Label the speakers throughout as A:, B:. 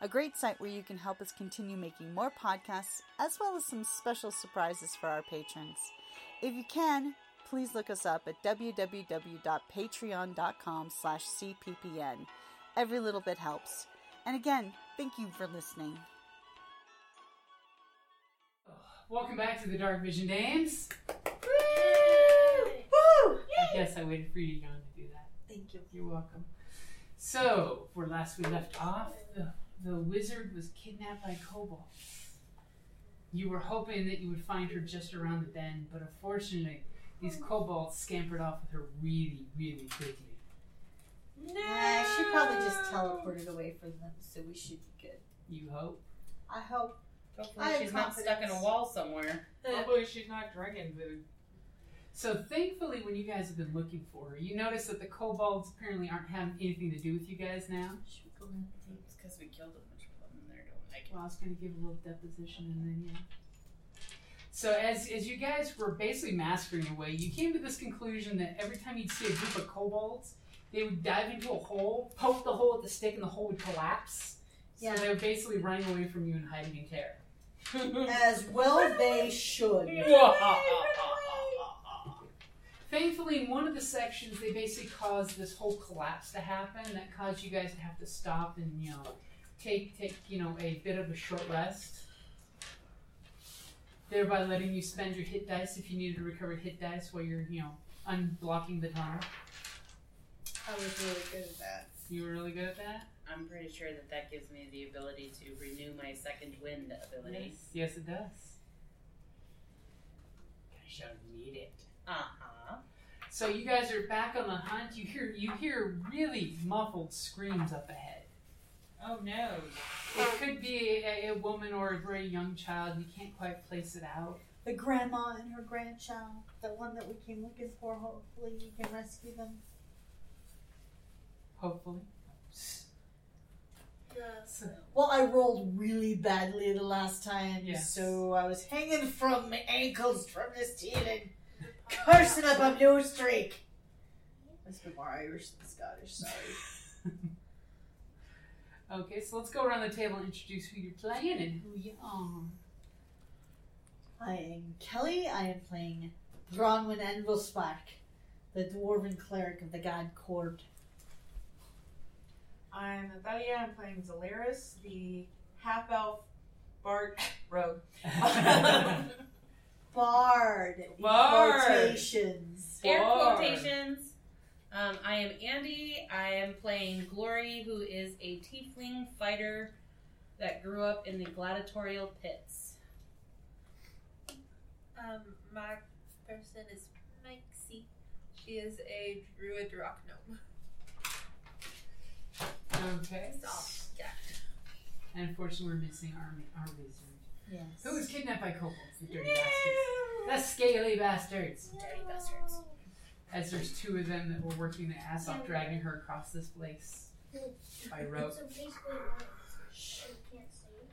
A: a great site where you can help us continue making more podcasts, as well as some special surprises for our patrons. If you can, please look us up at www.patreon.com slash cppn. Every little bit helps. And again, thank you for listening.
B: Welcome back to the Dark Vision Dames.
C: Woo!
B: I guess I waited for you, John, to do that.
C: Thank you.
B: You're welcome. So, where last we left off, the, the wizard was kidnapped by Kobold. You were hoping that you would find her just around the bend, but unfortunately, these
C: Oh.
B: kobolds scampered off with her really, really quickly.
C: No.
D: Nah, she probably just teleported away from them, so we should be good.
B: You hope?
D: I hope.
E: Hopefully
D: I have
E: she's not stuck in
D: confidence.
E: a wall somewhere.
B: Hopefully, Oh, she's not dragon food. So, thankfully, when you guys have been looking for her, you notice that the kobolds apparently aren't having anything to do with you guys now.
D: Should we go in?
E: It's because we killed a bunch of them and they're don't like it.
B: Well, I was going to give a little deposition and then, yeah. So, as, as you guys were basically mastering away, you came to this conclusion that every time you'd see a group of kobolds, they would dive into a hole, poke the hole with the stick, and the hole would collapse.
D: Yeah.
B: So, they were basically running away from you and hiding in terror.
D: As well they should.
B: Thankfully, in one of the sections, they basically caused this whole collapse to happen that caused you guys to have to stop and, you know, take, take you know, a bit of a short rest. Thereby letting you spend your hit dice if you needed to recover hit dice while you're, you know, unblocking the tunnel.
D: I was really good at that.
B: You were really good at that?
E: I'm pretty sure that that gives me the ability to renew my second wind ability.
B: Yes, it does. I shall need it.
E: Uh huh.
B: So you guys are back on the hunt. You hear you hear really muffled screams up ahead.
E: Oh no.
B: It could be a, a woman or a very young child. You can't quite place it out.
D: The grandma and her grandchild, the one that we came looking for, hopefully we can rescue them.
B: Hopefully,
D: Well, I rolled really badly the last time,
B: Yes.
D: so I was hanging from my ankles from this team and cursing up a new streak. That's been more Irish than Scottish, sorry.
B: okay. So let's go around the table and introduce who you're playing and who you are.
D: I am Kelly. I am playing Bronwyn Envilspark, the dwarven cleric of the god court.
C: I'm Abelia. I'm playing Zalaris, the half elf bard rogue.
D: Bard. in
C: Bard.
D: Quotations.
E: Air
B: Four.
E: quotations. Um, I am Andy. I am playing Glory, who is a tiefling fighter that grew up in the gladiatorial pits.
F: Um, my person is Maxie. She is a druid rock gnome.
B: Okay.
F: Soft cat.
B: And unfortunately, we're missing our our wizard,
D: Yes.
B: who was kidnapped by kobolds, the dirty bastards, the scaly bastards.
E: Dirty bastards.
B: As there's two of them that were working their ass off, dragging her across this place by rope.
G: So basically, what she can't see.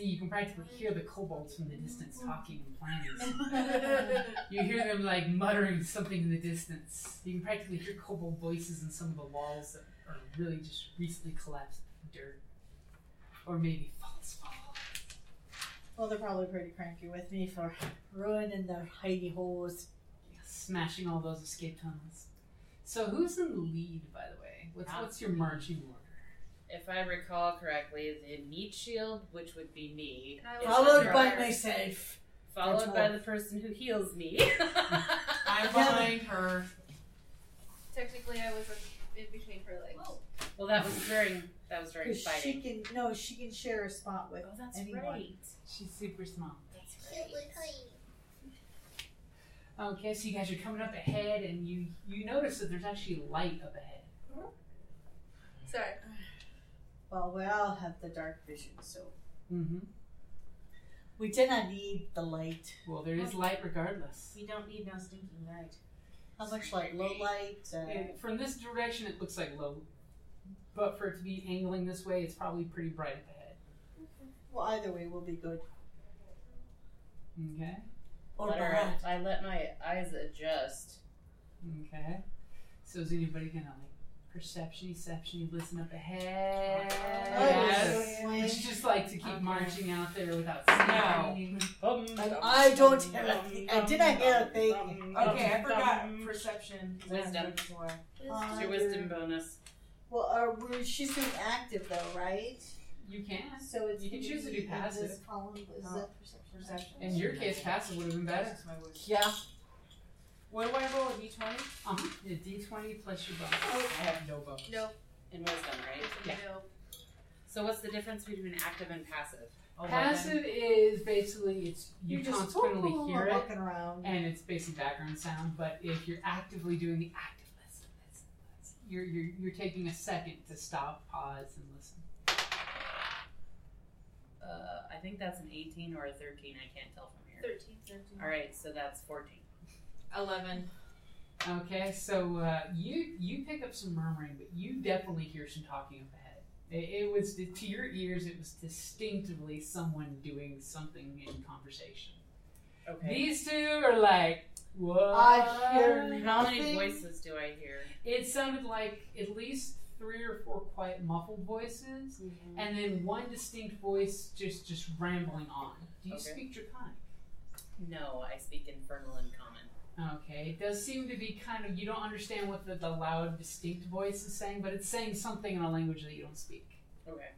B: See, you can practically hear the kobolds from the distance talking and planning.
F: That's
B: You hear them like muttering something in the distance. You can practically hear kobold voices in some of the walls that are really just recently collapsed dirt. Or maybe false wall.
D: Well, they're probably pretty cranky with me for ruining their hidey holes.
B: Smashing all those escape tunnels. So who's in the lead, by the way? What's, what's your marching order?
E: if I recall correctly, the meat shield, which would be me,
F: And I
E: is
F: will
D: Followed
E: under-
D: by
F: Sure.
D: myself.
E: followed
D: That's
E: by
D: all.
E: the person who heals me.
C: I'm behind her.
F: Technically, I was in- in between her legs.
E: Oh. well, that was during that was during
D: Because she
E: fighting.
D: can no, she can share a spot with.
E: Oh, that's
D: anyone.
E: right.
B: She's super small.
E: That's
G: Cute
E: right.
G: little tiny.
B: Okay, so you guys are coming up ahead, and you you notice that there's actually light up ahead.
F: Sorry.
D: Well, we all have the dark vision, so
B: Mm-hmm.
D: we did not need the light.
B: Well, there is light regardless.
D: We don't need no stinking light. How much like low light? Uh,
B: And from this direction, it looks like low, but for it to be angling this way, it's probably pretty bright up ahead.
D: well, either way, we'll be good.
B: Okay.
D: Or
E: Let her-
D: bad.
E: I let my eyes adjust.
B: Okay. So is anybody gonna like perception, deception, listen up ahead?
D: Oh, Yes.
B: It's just like to keep
E: Okay.
B: marching out there without
C: No.
B: seeing.
D: And I don't have a
B: um,
D: thing. I did not hear a thing.
C: Okay, I forgot perception.
E: Wisdom.
D: Uh,
E: It's your wisdom bonus.
D: Well, are we, she's doing active though, right?
B: You can.
D: So it's
B: You can
D: gonna
B: choose to
D: be
B: do
D: in
B: passive.
D: This column is
C: No.
D: that perception.
C: Perception.
B: In your case, passive would have been better.
C: That's my wisdom.
D: Yeah.
C: What do I roll? A d20?
B: Uh-huh. The D20 plus your bonus.
C: I have no
D: Oh.
C: bonus.
F: No.
E: In wisdom, right?
B: Yeah.
F: No.
E: So what's the difference between active and passive?
C: Oh,
B: Passive is basically it's you
D: You're just
B: consequently hear it
D: walking around.
B: and it's basically background sound, but if you're actively doing the active listen, listen, listen, you're you're you're taking a second to stop, pause, and listen.
E: Uh, I think that's an 18 or a 13. I can't tell from here.
F: 13. 13.
E: All right, so that's 14.
F: 11.
B: Okay, so uh, you you pick up some murmuring, but you definitely hear some talking up ahead. It, it was to your ears, it was distinctively someone doing something in conversation.
E: Okay.
B: These two are like, what?
D: I hear
E: How many
D: nothing.
E: voices do I hear?
B: It sounded like at least three or four quiet muffled voices, and then one distinct voice just just rambling on. Do you
E: Okay.
B: speak Draconic?
E: No, I speak infernal and common.
B: Okay, it does seem to be kind of you don't understand what the, the loud distinct voice is saying, but it's saying something in a language that you don't speak.
E: Okay.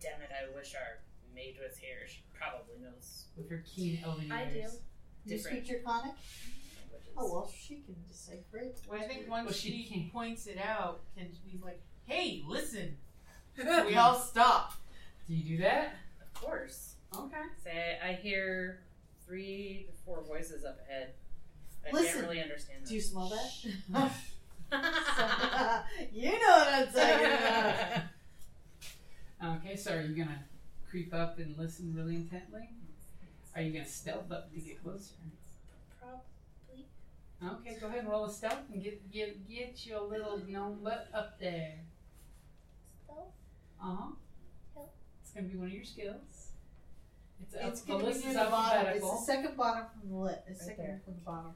E: Damn it, I wish our mage was here. She probably knows
B: With her keen elven
F: I do.
B: ears.
D: You speak
E: different
D: Draconic?
E: languages.
D: Oh well, she can decipher it.
C: Well, I think once
B: Well,
C: she
B: she can't.
C: points it out, can he's like, "Hey, listen!" we all stop.
B: Do you do that?
E: Of course.
B: Okay.
E: Say, I hear three to four voices up ahead. I
D: Listen,
E: can't really understand
D: Do you smell
E: them.
D: that? you know what I'm talking about.
E: Let's
B: Okay, so are you gonna creep up and listen really intently? Are you gonna stealth up to get closer?
G: Probably.
B: Okay, go ahead and roll a stealth and get get get your little gnome butt up there.
G: Stealth?
B: Uh huh.
G: Yep.
B: It's gonna be one of your skills. It's,
D: It's
B: the
D: gonna be
B: list
D: near
B: is
D: the bottom. It's
B: alphabetical.
D: the second bottom from the lip. It's
E: Right
D: second
E: there.
D: from the bottom.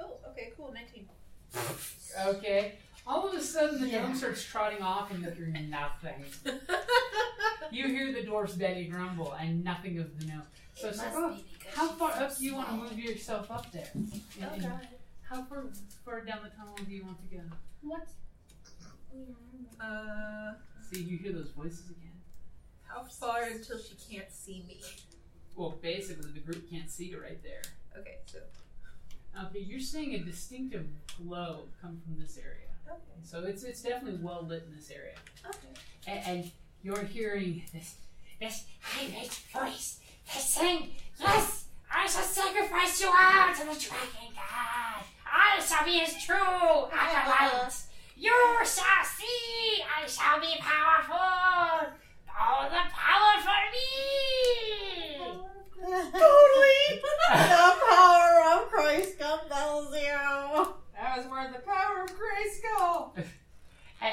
F: Oh, okay, cool. 19.
B: Okay. All of a sudden, the
D: Yeah.
B: gnome starts trotting off, and you hear nothing. you hear the dwarf's belly grumble, and nothing of the gnome. So it's like, oh, how far up do you want to move yourself up there? And- and How far, far down the tunnel do you want to go?
G: What? Yeah, I don't know.
F: Uh,
B: See, you hear those voices again.
F: how far until she can't see me?
B: Well, basically, the group can't see you right there.
F: Okay, so.
B: Okay, Uh, you're seeing a distinctive glow come from this area.
F: Okay.
B: So it's it's definitely well lit in this area.
F: Okay.
B: And, and you're hearing this this high-pitched voice that's saying, Yes, I shall sacrifice you all to the dragon god. I shall be his true acolyte. You shall see I shall be powerful. All the power for me.
D: totally. the power of Christ compels you.
C: That was where the power of grace go.
B: And it's-
D: I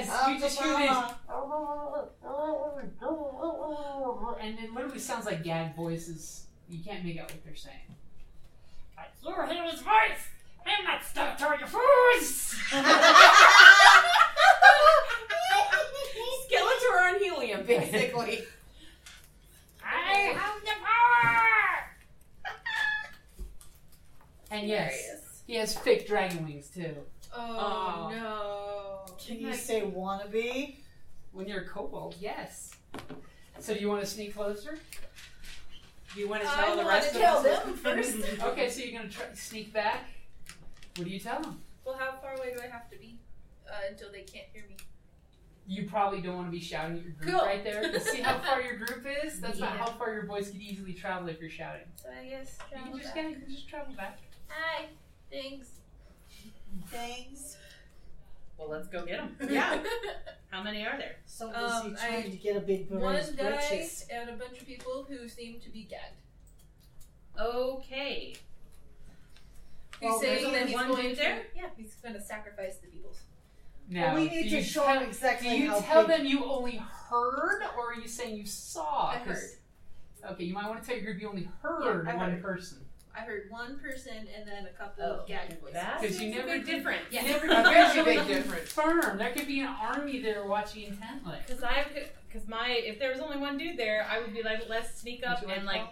B: as
D: have
B: you just
D: the
B: hear this-
D: power.
B: and it literally sounds like gag voices. You can't make out what they're saying. But you hear his voice. I'm not stuck to your fools.
C: Skeletor on helium, basically.
B: I have the power. And yes,
E: Hilarious.
B: has fake dragon wings too.
F: Oh,
B: Oh.
F: no.
D: Can
F: Like,
D: you say wannabe?
B: When you're a kobold, yes. So do you want to sneak closer? Do you want to tell
F: I
B: the
F: wanna
B: rest
F: tell
B: of us?
F: them first.
B: Okay, so you're gonna try, sneak back. What do you tell them?
F: well, how far away do I have to be uh, until they can't hear me?
B: You probably don't want to be shouting at your group
F: Cool.
B: right there. 'cause See how far your group is? That's not
E: Yeah.
B: how far your voice could easily travel if you're shouting.
F: So I guess
B: You
F: travel
B: can just,
F: back.
B: yeah, you can just travel back.
F: Hi. Thanks.
D: Things.
E: Well, let's go get them.
D: Yeah.
E: How many are there?
D: Somebody's
F: Um,
D: trying
F: I-
D: to get a big
F: One
D: brother's
F: guy
D: britches.
F: and a bunch of people who seem to be gagged.
E: Okay.
F: He's
D: Well, there's
F: saying that
D: only
F: he's
E: one
F: going
E: dude
F: to,
E: there?
F: yeah, he's going to sacrifice the beetles.
B: Now,
D: we need
B: do
D: to
B: you
D: show
B: tell,
D: them exactly
B: Do you
D: how
B: tell
D: big-
B: them you only heard, or are you saying you
D: Oh,
B: saw?
F: I
B: 'Cause- Okay, you might want to tell your group you only heard
F: Yeah, I
B: one
F: heard.
B: person.
F: I heard one person and then a couple
E: Oh,
F: of gagged voices.
E: That
B: Because
E: is
B: you
E: a
B: never
E: big
B: did-
E: difference.
F: Yeah.
B: You never
F: A
C: very
B: usually
C: big
B: confirm.
C: difference.
B: There could be an army there watching intently.
E: Because I, because my, if there was only one dude there, I would be like, let's sneak up
B: Would you
E: and like
B: like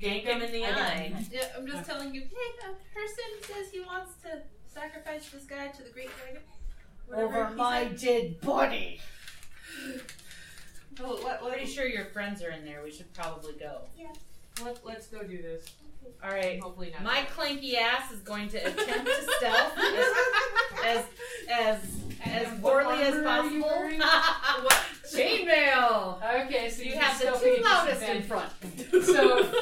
B: Gank
E: kick him in the eye.
F: Yeah, I'm just telling you, hey, a person says he wants to sacrifice this guy to the great dragon. Whatever
D: Over
F: he
D: my
F: said.
D: dead body.
F: Oh, what, what,
E: Pretty sure your friends are in there. We should probably go.
C: Let, let's go do this.
E: All right.
C: Hopefully not.
E: My clanky ass is going to attempt to stealth as as as,
B: And what
E: poorly as
B: armor are you
E: possible.
B: wearing?
E: What- Chainmail.
B: Okay, so
E: You,
B: you
E: have the
B: still
E: two
B: be
E: loudest in
B: disadvantaged.
E: front.
B: So-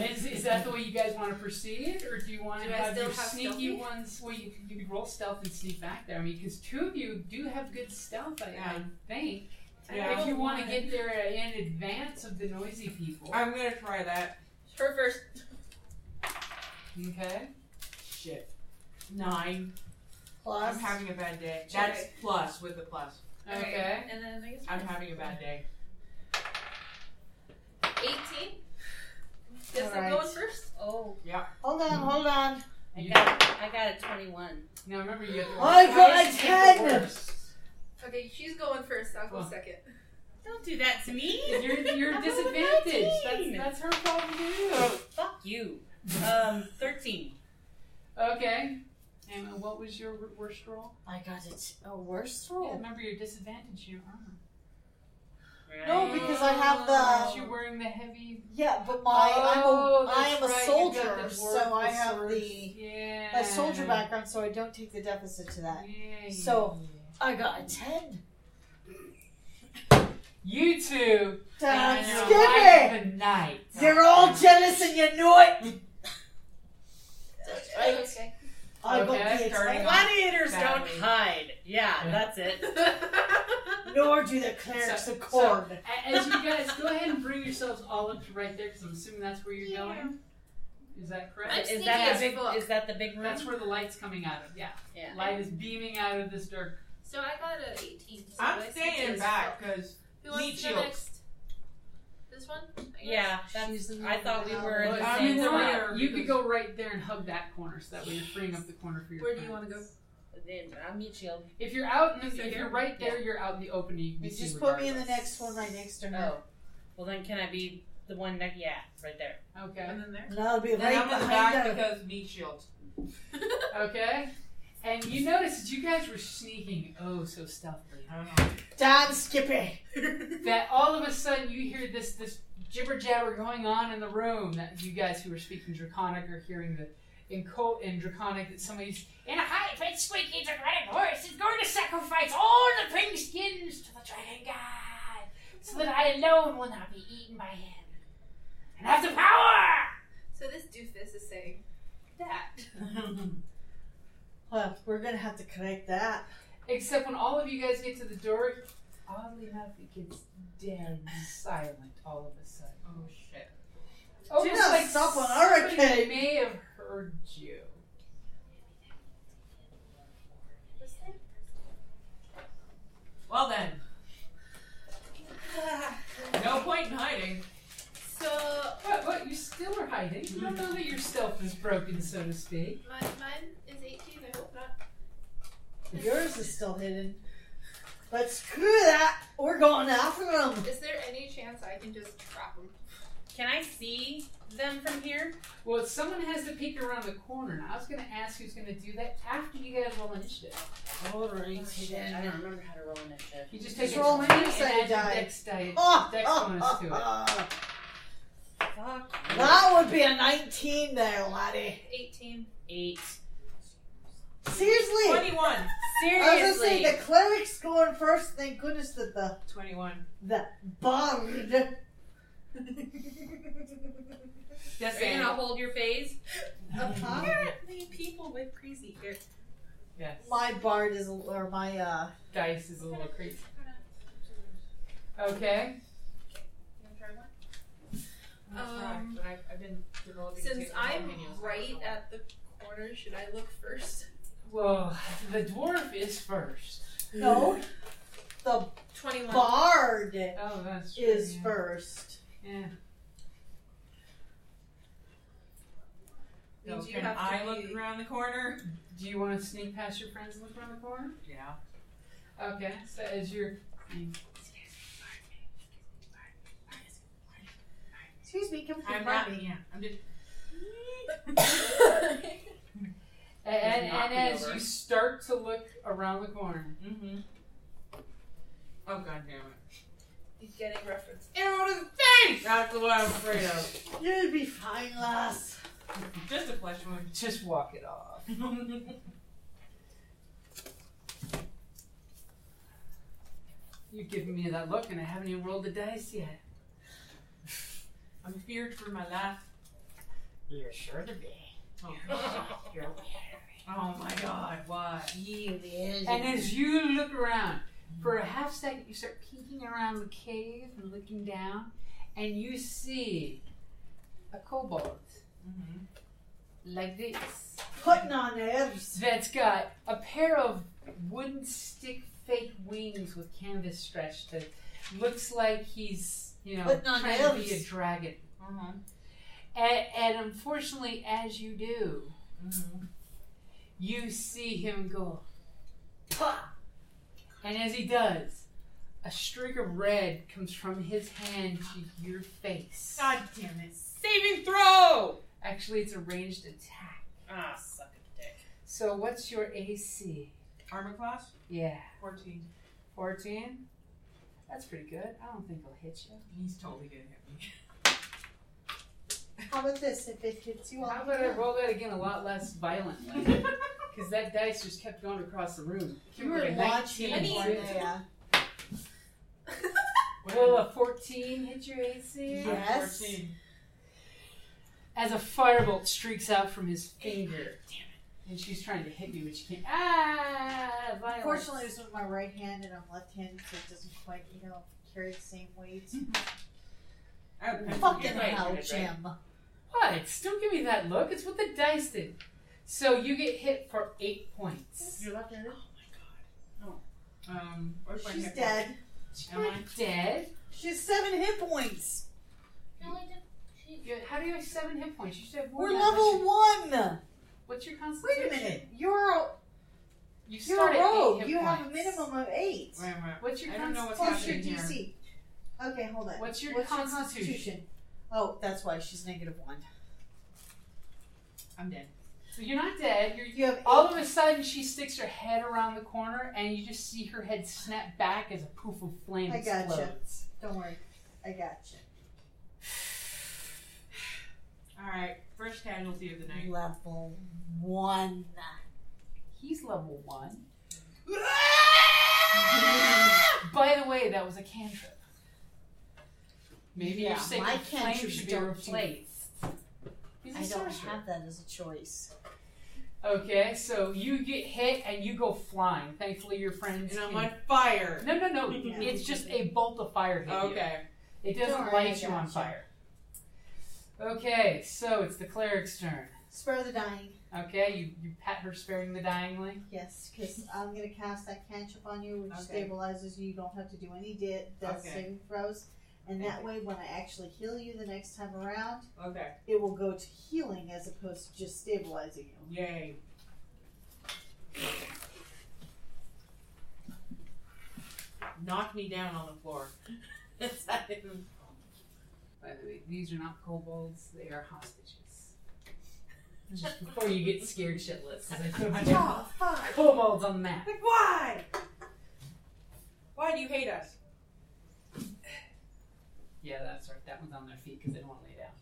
B: Is, is that the way you guys want to proceed, or do you want
F: Do
B: to
F: I
B: have
F: still
B: your
F: have
B: sneaky
F: stealthy?
B: ones? Well, you you could roll stealth and sneak back there. I mean, because two of you do have good stealth, I, I
C: Yeah.
B: think.
F: I
C: Yeah.
B: If
F: rolled
B: you want to
F: one.
B: get there in advance of the noisy people,
C: I'm gonna try that.
F: her first.
B: okay? Shit.
C: Nine.
D: Plus,
C: I'm having a bad day. That's plus with the plus.
B: Okay.
F: And then I guess
C: I'm having a bad day.
F: 18. Guess
D: Alright.
F: I'm going first.
E: Oh,
D: hold on, hold on.
E: I
B: You-
E: got I got a twenty-one.
B: Now remember, you have to. roll
D: I got
B: twice
D: a
B: to get the
D: 10.
B: worst.
F: Okay, she's going first. I'll go
B: Well.
F: second.
E: Don't do that to me.
B: You're you're
E: I'm only
B: disadvantaged.
E: 19.
B: That's that's her problem too.
E: Fuck you. Um, thirteen.
B: Okay.
D: uh,
B: And what was your wor- worst roll?
D: I got it. A worse
B: Yeah,
D: roll.
B: remember, you're disadvantaged. Your armor.
D: No, because I have
B: Aren't you
D: the.
B: wearing the heavy
D: Yeah, but my
B: Oh,
D: I'm a I
B: that's
D: am a
B: right, you've got
D: soldier,
B: the
D: so
B: dwarf
D: I have
B: sword.
D: the
B: Yeah.
D: a soldier background, so I don't take the deficit to that.
B: Yeah.
D: So I got a ten.
B: you two
D: Damn,
B: are
D: Skippy!
B: alive tonight.
D: You're all jealous and you know it. That's right.
F: Okay.
D: I got
B: Okay,
D: the
C: starting
D: attack,
C: off.
E: Gladiators don't
C: Badly.
E: hide. Yeah,
B: Yeah.
E: that's it.
D: nor do the clerics
B: So-
D: of corn.
B: A- As you guys go ahead and bring yourselves all up to right there, because I'm assuming that's where you're going. Is that correct?
F: I'm
E: Is
F: sneaky
E: that
F: as
E: the big?
F: fuck.
E: Is that the big room?
B: That's where the light's coming out of. Yeah,
E: Yeah.
B: light is beaming out of this dark.
F: So I got a 18. So
C: I'm
F: I
C: staying
F: suggest-
C: back because
F: Who wants
C: Meat
F: to go
C: shield.
F: next? This one? I guess?
E: Yeah, that's, I thought we were in the
B: I
E: same
B: mean,
C: we're-
E: spot.
B: you could go right there and hug that corner, so that way you're freeing up the corner for your.
F: Where do you
B: friends.
F: want to go?
E: Then I'll meet you.
B: If you're out, in
F: So
B: the, if
F: here?
B: you're right there, you're out in the open. You can
D: You
B: see
D: just put me in the
B: regardless.
D: next one right next to her.
E: Oh, well then, can I be the one that? Yeah, right there.
B: Okay.
F: And then there.
D: And I'll be
C: then
D: right
C: I'm in the
D: behind
C: back
D: her.
C: because meat shield.
B: Okay. And you notice that you guys were sneaking oh so stealthily.
C: I don't know.
D: Damn, Skippy.
B: That all of a sudden you hear this this jibber jabber going on in the room that you guys who are speaking Draconic are hearing the in co in Draconic that somebody's in a high pitched squeaky Draconic voice is going to sacrifice all the pink skins to the dragon god so that I alone will not be eaten by him. And have the power
F: So this doofus is saying that.
D: Well, we're gonna have to correct that.
B: Except when all of you guys get to the door, oddly enough, it gets dead silent all of a sudden.
C: Oh shit.
B: Almost
D: not
B: like
D: stop on
B: Oh, somebody
D: hurricane.
B: may have heard you.
C: Well then. No point in hiding.
F: So
B: What, what, you still are hiding? You don't know that your stealth is broken, so to speak.
F: my, mine is 18. I hope not.
D: Yours is still hidden. But screw that. We're going after them.
F: Is there any chance I can just trap him?
E: Can I see them from here?
B: Well, someone has to peek around the corner, and I was going to ask who's going to do that after you guys roll initiative.
D: All
E: Oh,
D: right.
E: I don't remember how to roll initiative.
B: You just
D: Just
B: take a
D: roll an
B: die and
D: insight
B: add your
D: die.
B: Dex die.
D: Oh,
B: Dex
D: oh,
B: bonus
D: oh,
B: to it.
D: oh.
E: Fuck.
D: That would be a 19 there, laddie.
F: 18.
E: Eight.
D: Seriously.
C: 21.
D: I was gonna say
E: Seriously.
D: the cleric's going first. Thank goodness that the
C: 21.
D: the bard.
B: That's
E: Are you
B: it.
E: gonna hold your phase?
D: Uh-huh.
F: Apparently, people with crazy here.
B: Yes.
D: My bard is or my uh.
B: Dice is a little creepy. Okay.
F: Um,
C: but I've, I've been developing
F: Since
C: tape
F: I'm
C: videos.
F: right at the corner, should I look first?
B: Well, the dwarf is first.
D: No, the
F: 21.
D: bard
B: Oh, that's true,
D: is
B: yeah.
D: first.
B: Yeah.
F: Means you
C: can
F: have to
C: I
F: be-
C: look around the corner?
B: Do you want to sneak past your friends and look around the corner?
C: Yeah.
B: Okay. So as you're,
D: Excuse me, come
C: I'm
D: confront
C: not.
D: me.
C: Yeah. I'm just.
B: and, and,
C: not
B: and
C: be
B: as
C: over.
B: you start to look around the corner,
C: Mm-hmm. Oh god damn it!
F: He's getting reference.
C: Arrow to the face! That's what I'm afraid of.
D: You'll be fine, lass.
C: Just a flesh wound.
B: just walk it off. You're giving me that look, and I haven't even rolled the dice yet.
C: I'm feared for my life.
D: You're sure to be.
C: Oh, oh my god! Why?
B: And as you look around,
D: Mm-hmm.
B: for a half second, you start peeking around the cave and looking down, and you see a kobold
C: Mm-hmm.
B: like this
D: Putting on airs.
B: that's got a pair of wooden stick fake wings with canvas stretched that looks like he's, you know,
D: Putting on Mm-hmm.
B: trying to be a
D: elves.
B: dragon.
C: Uh-huh.
B: And, and unfortunately, as you do,
C: Mm-hmm.
B: you see him go.
D: Pah.
B: And as he does, a streak of red comes from his hand to your face.
C: God damn it! Saving throw.
B: Actually, it's a ranged attack.
E: Ah, suck a dick.
B: So what's your AC?
C: Armor class
B: Yeah,
C: fourteen.
B: 14? That's pretty good. I don't think it'll hit you.
C: He's totally gonna hit me.
D: How about this? If it hits you,
B: How
D: I'll
B: about I roll that again a lot less violently? Because that dice just kept going across the room.
D: You were launching.
B: I mean-
D: Yeah.
B: Will a 14 hit your AC?
D: Yes.
C: Fourteen.
B: As a firebolt streaks out from his finger. Damn it. And she's trying to hit me, but she can't. Ah! Violence.
D: Unfortunately, it's with my right hand and I'm left-handed, so it doesn't quite, you know, carry the same weight.
C: Oh,
D: Fucking
E: right-handed,
D: hell,
E: right?
D: Jim.
B: What? Still give me that look. It's what the dice did. So you get hit for eight points.
E: You're left handed?
C: Um, where's my
D: Oh She's
C: hit
D: dead.
B: Am I dead?
D: She has seven hit points.
G: No, I don't. She.
B: You- How do you have seven hit points? You should have more.
D: We're
B: than that.
D: level one.
B: What's your
D: Wait
B: constitution?
D: a minute. You're a,
B: You
D: you're
B: start
D: a
B: at eight
D: rogue.
B: hit
D: You have a
B: points.
D: minimum of eight.
C: point? Wait, wait.
B: What's your
C: I don't know what's
D: Plus your
C: happening here.
D: DC. Okay, hold on.
B: What's your
D: What's
B: constitution?
D: Oh, that's why she's negative one.
C: I'm dead.
B: So you're not dead. You're
D: You have eight.
B: all of a sudden she sticks her head around the corner and you just see her head snap back as a poof of flame
D: I gotcha.
B: explodes.
D: Don't worry. I got you.
C: All right, first casualty of the night.
D: Level one.
B: He's level one. By the way, that was a cantrip. Maybe
D: Yeah,
B: your
D: my
B: sacred flame
D: cantrips
B: should be
D: don't do-
B: replaced. He's a
D: I don't
B: sorcerer.
D: have that as a choice.
B: Okay, so you get hit and you go flying. Thankfully, your friends.
C: And I'm
B: can-
C: on fire.
B: no, no, no.
D: Yeah.
B: It's just a bolt of fire hit you.
C: Okay.
B: It doesn't
D: Don't worry,
B: light you
D: I
B: on
D: gotcha.
B: fire. Okay, so it's the cleric's turn.
D: Spare the dying.
B: Okay, you, you pat her sparing the dyingly.
D: Yes, because I'm gonna cast that cantrip on you, which
C: Okay.
D: stabilizes you. You don't have to do any de- death
C: Okay.
D: saving throws, and that way, when I actually heal you the next time around,
C: Okay.
D: it will go to healing as opposed to just stabilizing you.
C: Yay. Knock me down on the floor.
B: By the way, these are not kobolds, they are hostages. Just before you get scared shitless, 'cause I put a bunch of
D: Ah,
C: Oh, fuck.
B: kobolds on the map.
C: Like, why? Why do you hate us?
B: Yeah, that's right. That one's on their feet because they don't want to lay down.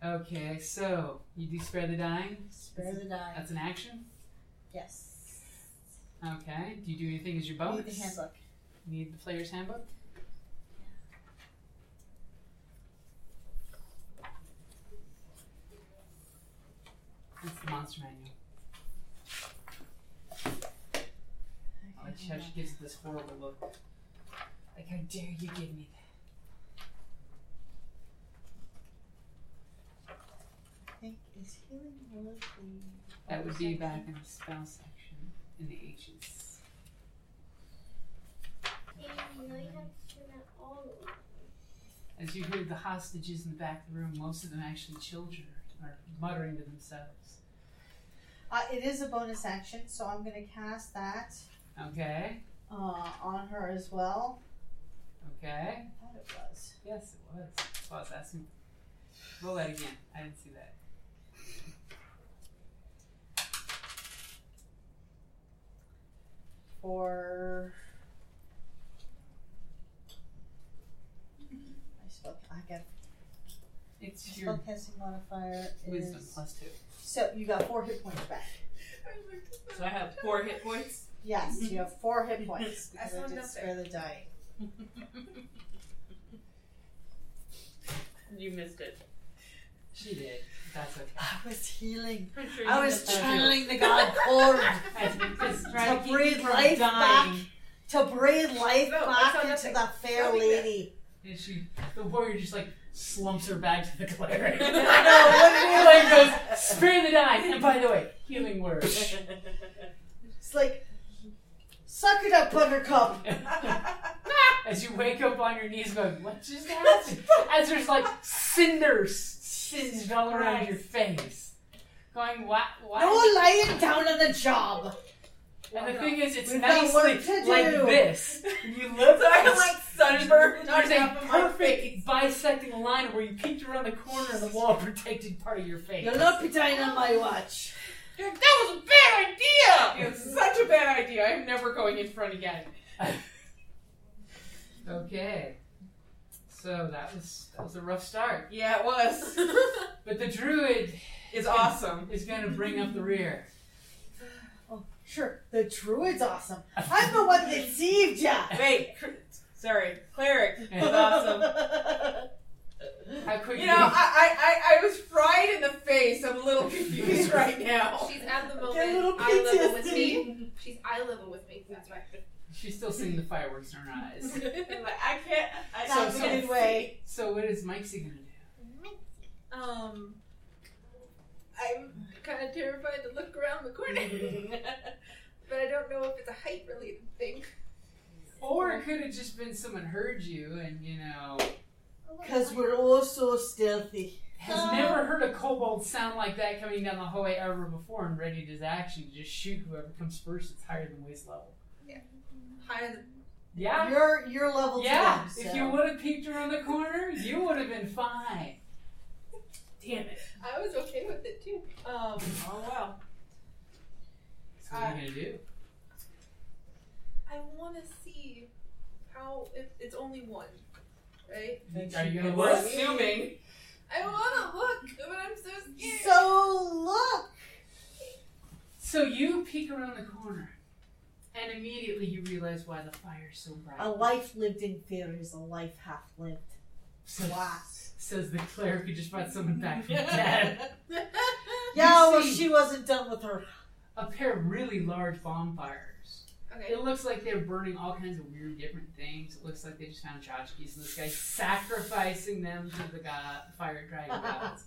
D: Hmm.
B: Okay, so you do spare the dying.
D: Spare the dime.
B: That's an action.
D: Yes.
B: Okay. Do you do anything as your bonus?
D: Need the handbook.
B: Need the player's handbook. That's the monster manual. I like how she gives this horrible look. Like, how dare you give me that?
D: I think is healing one of the.
B: That would be back in the spell section in the ancients.
G: you know you have to turn that all the way.
B: As you hear the hostages in the back of the room, most of them actually children, are muttering to themselves.
D: Uh, it is a bonus action, so I'm gonna cast that
B: Okay,
D: uh, on her as well.
B: okay.
D: I thought it was.
B: Yes, it was. That's why I was asking. Roll that again. I didn't see that.
D: for. My spell, I got
B: It's your
D: spellcasting modifier is.
B: wisdom plus two.
D: So you got four hit points back.
C: So I have four hit points.
D: Yes, you have four hit points.
C: That's
D: because I
C: not
D: did
C: enough
D: spare the dying.
E: You missed it.
B: She did. That's okay.
D: I was healing.
E: Pretty sure
D: I
E: you
D: was
E: missed it.
D: channeling the god Cord
B: Just try
D: To
B: to keep you
D: breathe
B: from
D: life
B: dying.
D: to breathe life
C: No, I saw
D: back
C: nothing.
D: into the fair
C: Nothing there.
D: lady.
B: And she, the warrior, just like slumps her back to the cleric. no,
D: what
B: the cleric goes, "Spare the dying." And by the way, healing word.
D: It's like, suck it up, Buttercup.
B: As you wake up on your knees going, what just happened? As there's like cinders singed all around your face. Going, why? why?
D: No lying down on the job.
B: and the thing is, it's
D: We've got
B: nicely
D: work to
B: like
D: do.
B: this. You look
C: I'm like sunburned on
B: There's a
C: top of my face.
B: perfect bisecting line where you peeked around the corner of the wall protected part of your face.
D: You'll not be dying on my watch.
C: That was a bad idea! It was such a bad idea. I'm never going in front again.
B: Okay. So that was that was a rough start.
C: Yeah, it was.
B: But the druid
C: it's awesome.
B: is gonna bring up the rear.
D: Sure, the druid's awesome. I'm the one that deceived ya.
C: Wait, cr- sorry, cleric. It's
B: And
C: awesome.
B: how quick
C: You know, I, I, I, I was fried in the face. I'm a little confused right now.
F: She's at the
D: Get a little
F: moment eye level with
D: PTSD.
F: me. She's eye level with me. That's why.
B: she's still seeing the fireworks in her eyes.
C: Like, I can't. I
D: That's
B: So-
D: a
B: so-
D: good way.
B: So what is Mikey gonna do?
C: Um, I'm.
F: Kind of terrified to look around the corner, but I don't know if it's a height related thing.
B: Or it could have just been someone heard you and you know
D: Because we're all so stealthy.
B: has
G: Uh.
B: never heard a kobold sound like that coming down the hallway ever before and ready to action to just shoot whoever comes first that's higher than waist level.
F: Higher than
B: Yeah.
D: You're you're level
B: Yeah.
D: two.
B: If
D: so-
B: you would have peeked around the corner, you would have been fine.
C: Damn it.
F: I was okay with it too.
C: Um. Oh wow.
B: So what are you gonna do?
F: I want to see how if it's only one, right?
B: Are you gonna
C: We're
B: look?
C: assuming.
F: I want to look, but I'm so scared.
D: So look.
B: So you peek around the corner and immediately you realize why the fire's so bright.
D: A life lived in fear is a life half lived. Glass.
B: Says the cleric who just brought someone back from death.
D: Yeah,
B: You
D: well,
B: see-
D: she wasn't done with her.
B: a pair of really large bonfires.
F: okay.
B: It looks like they're burning all kinds of weird different things. It looks like they just found tchotchkes, and this guy's sacrificing them to the god, fire dragon gods.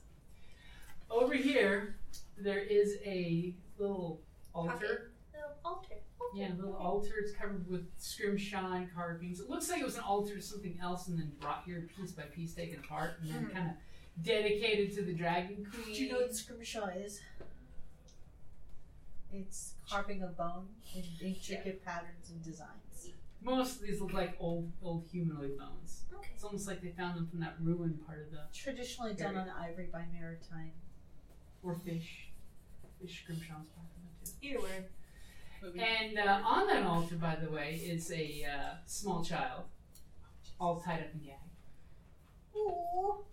B: Over here, there is a little altar.
G: The altar.
B: Yeah, a little altar. It's covered with scrimshaw and carvings. It looks like it was an altar to something else and then brought here piece by piece, taken apart, and then kind of dedicated to the dragon queen.
D: Do Mm-hmm. you know what scrimshaw is? It's carving of bone in intricate patterns and designs.
B: Most of these look like old old humanoid bones.
G: Okay.
B: It's almost like they found them from that ruined part of the
D: Traditionally done on ivory by maritime.
B: or fish. Fish Grimshaw's part of it too.
C: Either way,
B: And uh, on that altar, by the way, is a uh, small child, all tied up and gagged.
D: Ooh.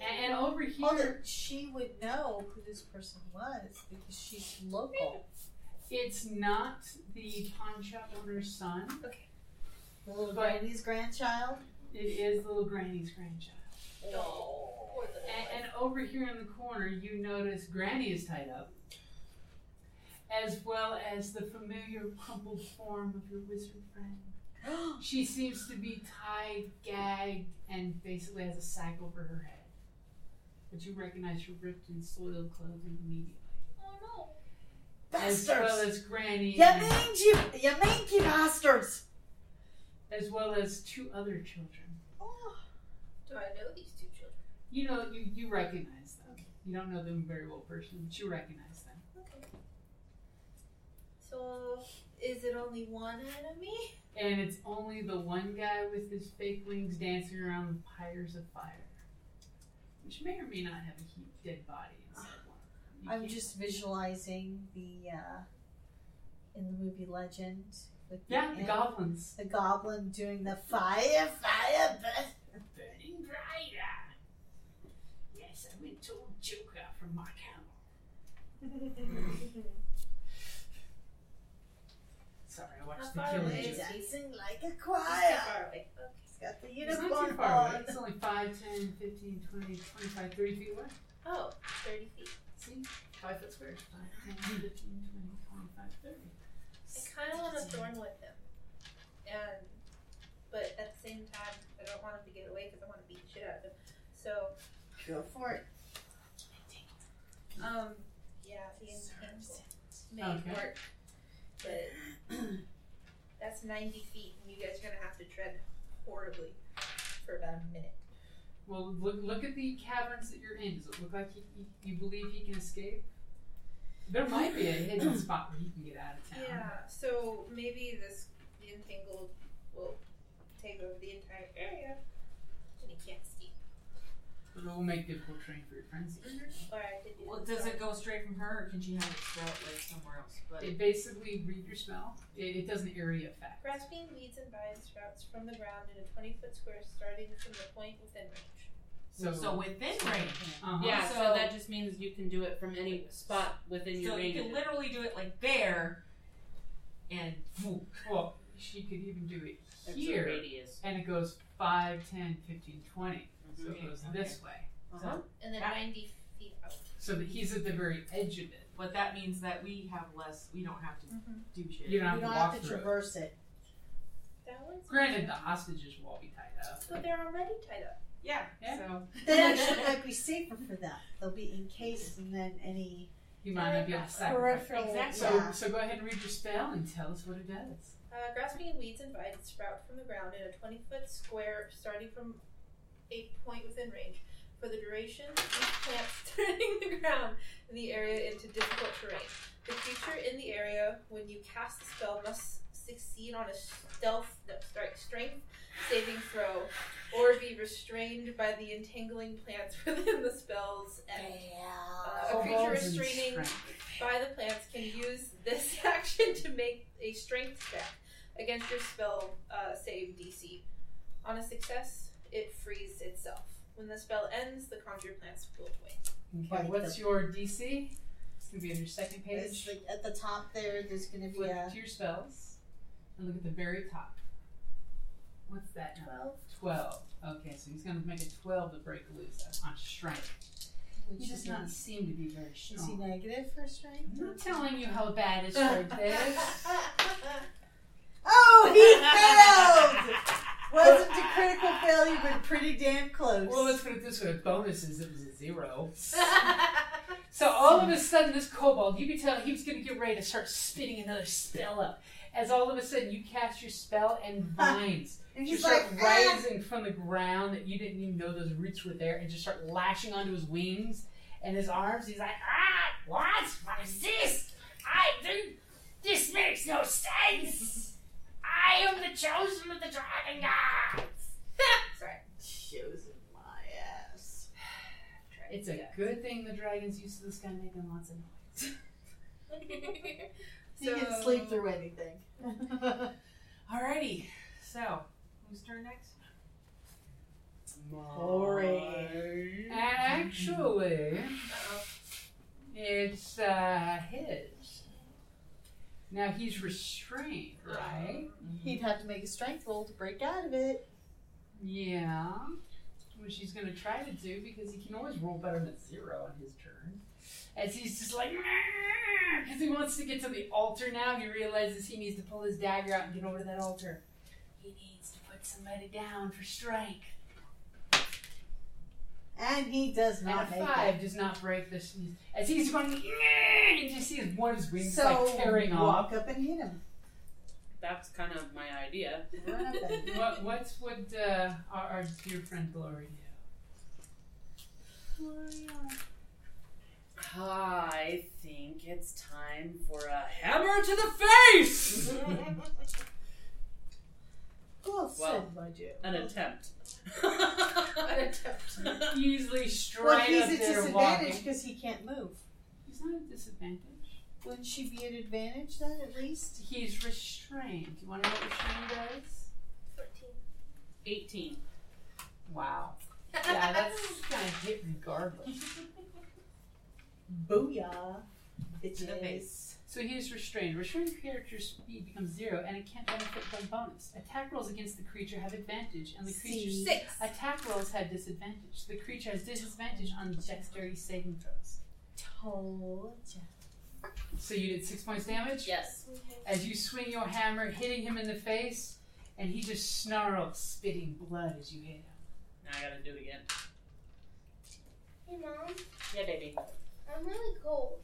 B: And, and over here,
D: Mother, she would know who this person was because she's local.
B: it's not the pawn shop owner's son.
D: The little
B: But-
D: granny's grandchild.
B: It is little granny's grandchild.
D: No.
B: And, and over here in the corner, you notice Granny is tied up, as well as the familiar crumpled form of your wizard friend. she seems to be tied, gagged, and basically has a sack over her head. But you recognize your ripped and soiled clothing immediately.
G: Oh
B: As well as Granny,
D: You mangy, you mangy bastards!
B: as well as two other children.
D: Oh,
G: no! Do I know these two children?
B: You know, you, you recognize them. You don't know them very well personally, but you recognize them.
G: Okay.
F: So, is it only one enemy?
B: and it's only the one guy with his fake wings dancing around the pyres of fire, which may or may not have a heat, dead body inside one. You
D: I'm
B: can't-
D: just visualizing the uh, in the movie Legend with
B: yeah, the
D: the,
B: goblins
D: the goblin doing the fire, fire, breath.
B: burning brighter. Yes, I went to old Joker from Mark Hamill. Sorry, I watched the
F: How far
B: killing.
F: away
B: Joke.
F: is
D: dancing like a
F: It's
A: uh,
F: too
D: choir.
F: far away.
D: He's got the
B: It's not too
D: unicorn
B: far
D: on.
B: away. It's only 5, 10, 15, 20, 25, 30 feet away.
G: Oh, 30 feet.
B: See? 5 foot squares. 5, 10, 15, 20, 25, 30.
F: I kind of want to thorn with him, and but at the same time, I don't want him to get away because I want to beat the shit out of him. So,
D: Go for it.
F: um, yeah, the entangle may
B: Okay.
F: work, but that's ninety feet, and you guys are gonna have to tread horribly for about a minute.
B: Well, look, look at the caverns that you're in. Does it look like he, he, you believe he can escape? There might be a hidden spot where he can get out of town.
F: Yeah, so maybe this the entangled will take over the entire area, and he can't escape.
B: But it will make difficult terrain for your friends.
F: Or I did do
C: well,
F: this
C: does
F: wrong.
C: it go straight from her, or can she have it throughout like somewhere else? But
B: It basically read your smell. It, it does an area effect.
F: Grasping weeds and vine sprouts from the ground in a 20 foot square starting from the point within range.
B: So,
C: so within range,
B: uh-huh.
E: Yeah, so,
C: So-
E: that just means you can do it from any spot within your
C: so you
E: range.
C: can literally do it like there, and phew,
B: Well, she could even do it
E: That's a
B: here,
E: radius.
B: and it goes 5, 10, 15, 20. So it goes
C: Okay.
B: this way.
C: Uh-huh.
F: And then
C: Ah.
F: 90 feet out.
B: So that he's at the very edge of it.
C: but that means that we have less. We don't have to
F: Mm-hmm.
C: do shit.
B: You don't have
D: You
B: to
D: don't
B: walk
D: have to
B: through. it.
D: traverse it.
F: That one's.
B: Granted, the hostages will all be tied up.
F: But they're already tied up.
C: yeah,
B: Yeah.
C: So
D: That actually might be safer for them. They'll be encased, and then any
B: He might not be able to sacrifice.
D: peripheral.
C: Exactly.
B: So,
D: Yeah.
B: so go ahead and read your spell and tell us what it does.
F: Uh, grasping weeds and vines sprout from the ground in a 20 foot square starting from a point within range. For the duration, these plants turning the ground in the area into difficult terrain. The creature in the area, when you cast the spell, must succeed on a stealth, no, sorry, strength saving throw, or be restrained by the entangling plants within the spell's end. Uh, a creature
B: Kobolds and
F: restraining
B: strength.
F: by the plants can use this action to make a strength check against your spell uh, save DC. On a success, it frees itself. When the spell ends, the conjure plants wilt away.
B: Okay, what's your DC? It's gonna be on your second
D: It's
B: page.
D: like at the top there. There's going to be
B: Flip
D: a
B: to your spells and look at the very top. What's that? Now?
F: 12.
B: Twelve. Okay, so he's gonna make a twelve to break loose on strength. He
D: which
B: does
D: is,
B: not seem to be very
D: is he
B: strong.
D: negative for strength?
B: I'm not telling you how bad his strength is.
D: Oh, he failed. Wasn't a critical failure, but pretty damn close.
B: Well, let's put it this way: bonuses, it was a zero. So all of a sudden, this kobold, you could tell he was going to get ready to start spitting another spell up. As all of a sudden, you cast your spell and vines
D: and
B: just
D: he's
B: start
D: like, ah.
B: rising from the ground that you didn't even know those roots were there, and just start lashing onto his wings and his arms. He's like, ah, what? What is this? I do. This makes no sense.
H: I am the chosen of the dragon gods.
F: Sorry.
D: Shows in my ass.
B: It's a good thing the dragon's used to this guy making lots of noise.
D: He can sleep through anything.
B: Alrighty, so whose turn next?
D: Boring.
B: And actually, it's uh, his. Now he's restrained, right?
A: He'd have to make a strength roll to break out of it.
B: Yeah. Which he's going to try to do because he can always roll better than zero on his turn. As he's just like, because he wants to get to the altar now. He realizes he needs to pull his dagger out and get over to that altar. He needs to put somebody down for strike.
D: And he does not
B: And a
D: make
B: five does not break this. As he's going, you just see his one of his
D: it.
B: wings
D: So
B: like tearing off.
D: walk up and hit him.
E: That's kind of my idea.
D: Run up and-
B: What what's would uh, our, our dear friend Glory do?
E: I think it's time for a hammer to the face!
D: Well
E: Well,
D: said, my dear.
E: An attempt.
F: An attempt.
B: Usually straight
D: Well, he's
B: up
D: at
B: there
D: disadvantage
B: walking.
D: because he can't move.
B: He's not at disadvantage.
A: Wouldn't she be at advantage then, at least?
B: He's restrained. You want to know what restrained does?
E: 18.
B: Wow. Yeah, that's gonna hit regardless.
D: Booyah.
E: the
D: Bitches.
B: So he is restrained. Restrained character speed becomes zero, and it can't benefit from bonus. Attack rolls against the creature have advantage, and the creature
D: See?
F: Six.
B: Attack rolls had disadvantage. The creature has disadvantage on dexterity saving throws.
D: Told ya.
B: So you did six points damage?
E: Yes.
B: As you swing your hammer, hitting him in the face, and he just snarls, spitting blood as you hit him.
E: Now I gotta do it again.
G: Hey, Mom,
E: Yeah, baby.
G: I'm really cold.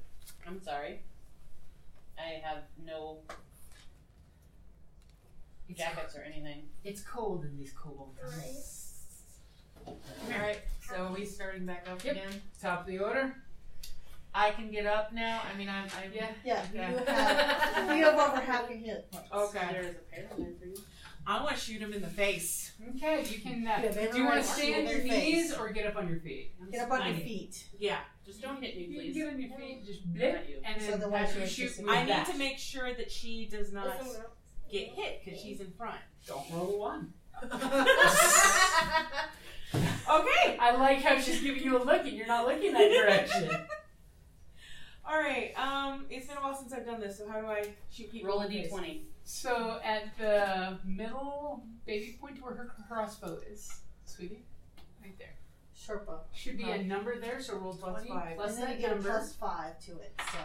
E: I'm sorry. I have no
B: It's,
E: jackets or anything.
B: it's cold in these cold times.
C: Alright, so are we starting back up
B: Yep.
C: again?
B: Top of the order?
C: I can get up now. I mean, I'm. I'm
B: Yeah.
D: Yeah, you
C: Okay.
D: have, you have over half your hit points.
E: Oh,
C: Okay.
E: There is a pair there for you.
C: I want to shoot him in the face.
B: Okay, you can. Uh,
D: Yeah, they
B: do you want
D: were
B: to stay on
D: on
B: your
D: their
B: knees
D: face.
B: or get up on your feet? I'm
D: Get up on your
B: finding-
D: feet.
C: Yeah.
E: Just don't hit me,
B: You can
E: please.
B: get on your feet, just blip,
E: Not you.
B: and
D: So
B: then
D: the one
B: as you
D: who is
B: shoot,
D: disadvantaged.
B: move
C: I need
B: back.
C: to make sure that she does not get hit because she's in front.
B: Don't roll a one.
C: Okay.
B: I like how she's giving you a look, and you're not looking that direction.
C: All right. Um, it's been a while since I've done this, so how do I shoot people?
E: Roll a
C: in the face?
E: d20.
B: So at the middle baby point where her crossbow is, sweetie, right there.
D: Sherpa.
B: Should be a number there, so roll
C: Plus
B: 20
C: five.
B: plus
D: Uh-huh. and then
B: that
D: I get
B: number.
D: a plus five to it, so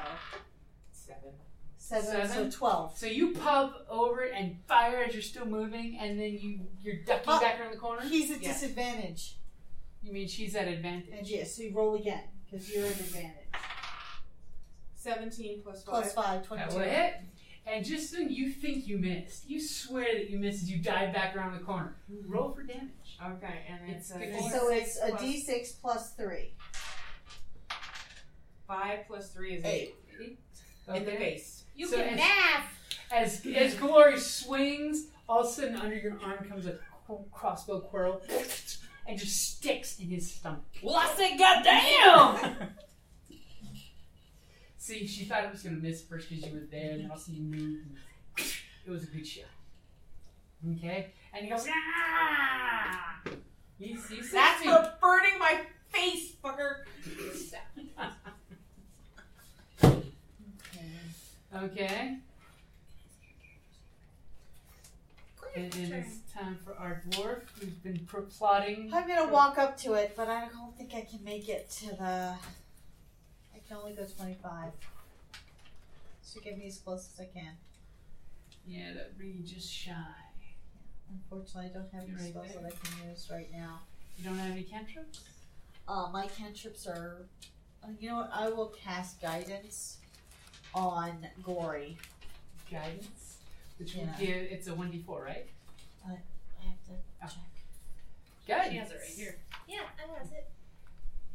C: Seven.
D: seven,
B: Seven?
D: so twelve.
B: So you pop over it and fire as you're still moving, and then you you're ducking
D: Oh.
B: back around the corner.
D: He's at
C: Yeah.
D: disadvantage,
B: You mean she's at advantage?
D: and yes, so you roll again because you're at advantage.
C: Seventeen plus five.
D: Plus five,
B: That
D: twenty-two.
B: will hit. And just when you think you missed, you swear that you missed as you dive back around the corner. Roll for damage.
C: Okay, and
B: It's
C: it's, a
B: fifteen.
D: So
C: D6
D: it's a
C: plus-
D: d6 plus three.
C: Five plus three is eight. In the face.
B: You can As, as Glory swings, all of a sudden under your arm comes a qu- crossbow quirl and just sticks in his stomach.
E: Well, I said, goddamn!
B: See, she thought it was going to miss first because you were there, and then also you moved. And it was a good shot. Okay? And he goes, ah! You, you see
C: That's
B: me.
C: for burning my face, fucker.
D: Mm-hmm.
B: Okay. And it is time for our dwarf who's been pr- plotting.
D: I'm gonna walk up to it, but I don't think I can make it to the. I can only go twenty-five. So get me as close as I can.
B: Yeah, that would be just shy.
D: Unfortunately, I don't have
B: You're
D: any
B: right
D: spells
B: there.
D: that I can use right now.
B: You don't have any cantrips?
D: Uh, my cantrips are. Uh, you know what? I will cast guidance on Glory.
B: Guidance. Which would
D: Yeah.
B: give, it's a 1d4, right?
D: I have to
B: Oh.
D: check.
B: Guidance.
E: She has it right here.
G: Yeah, I got it.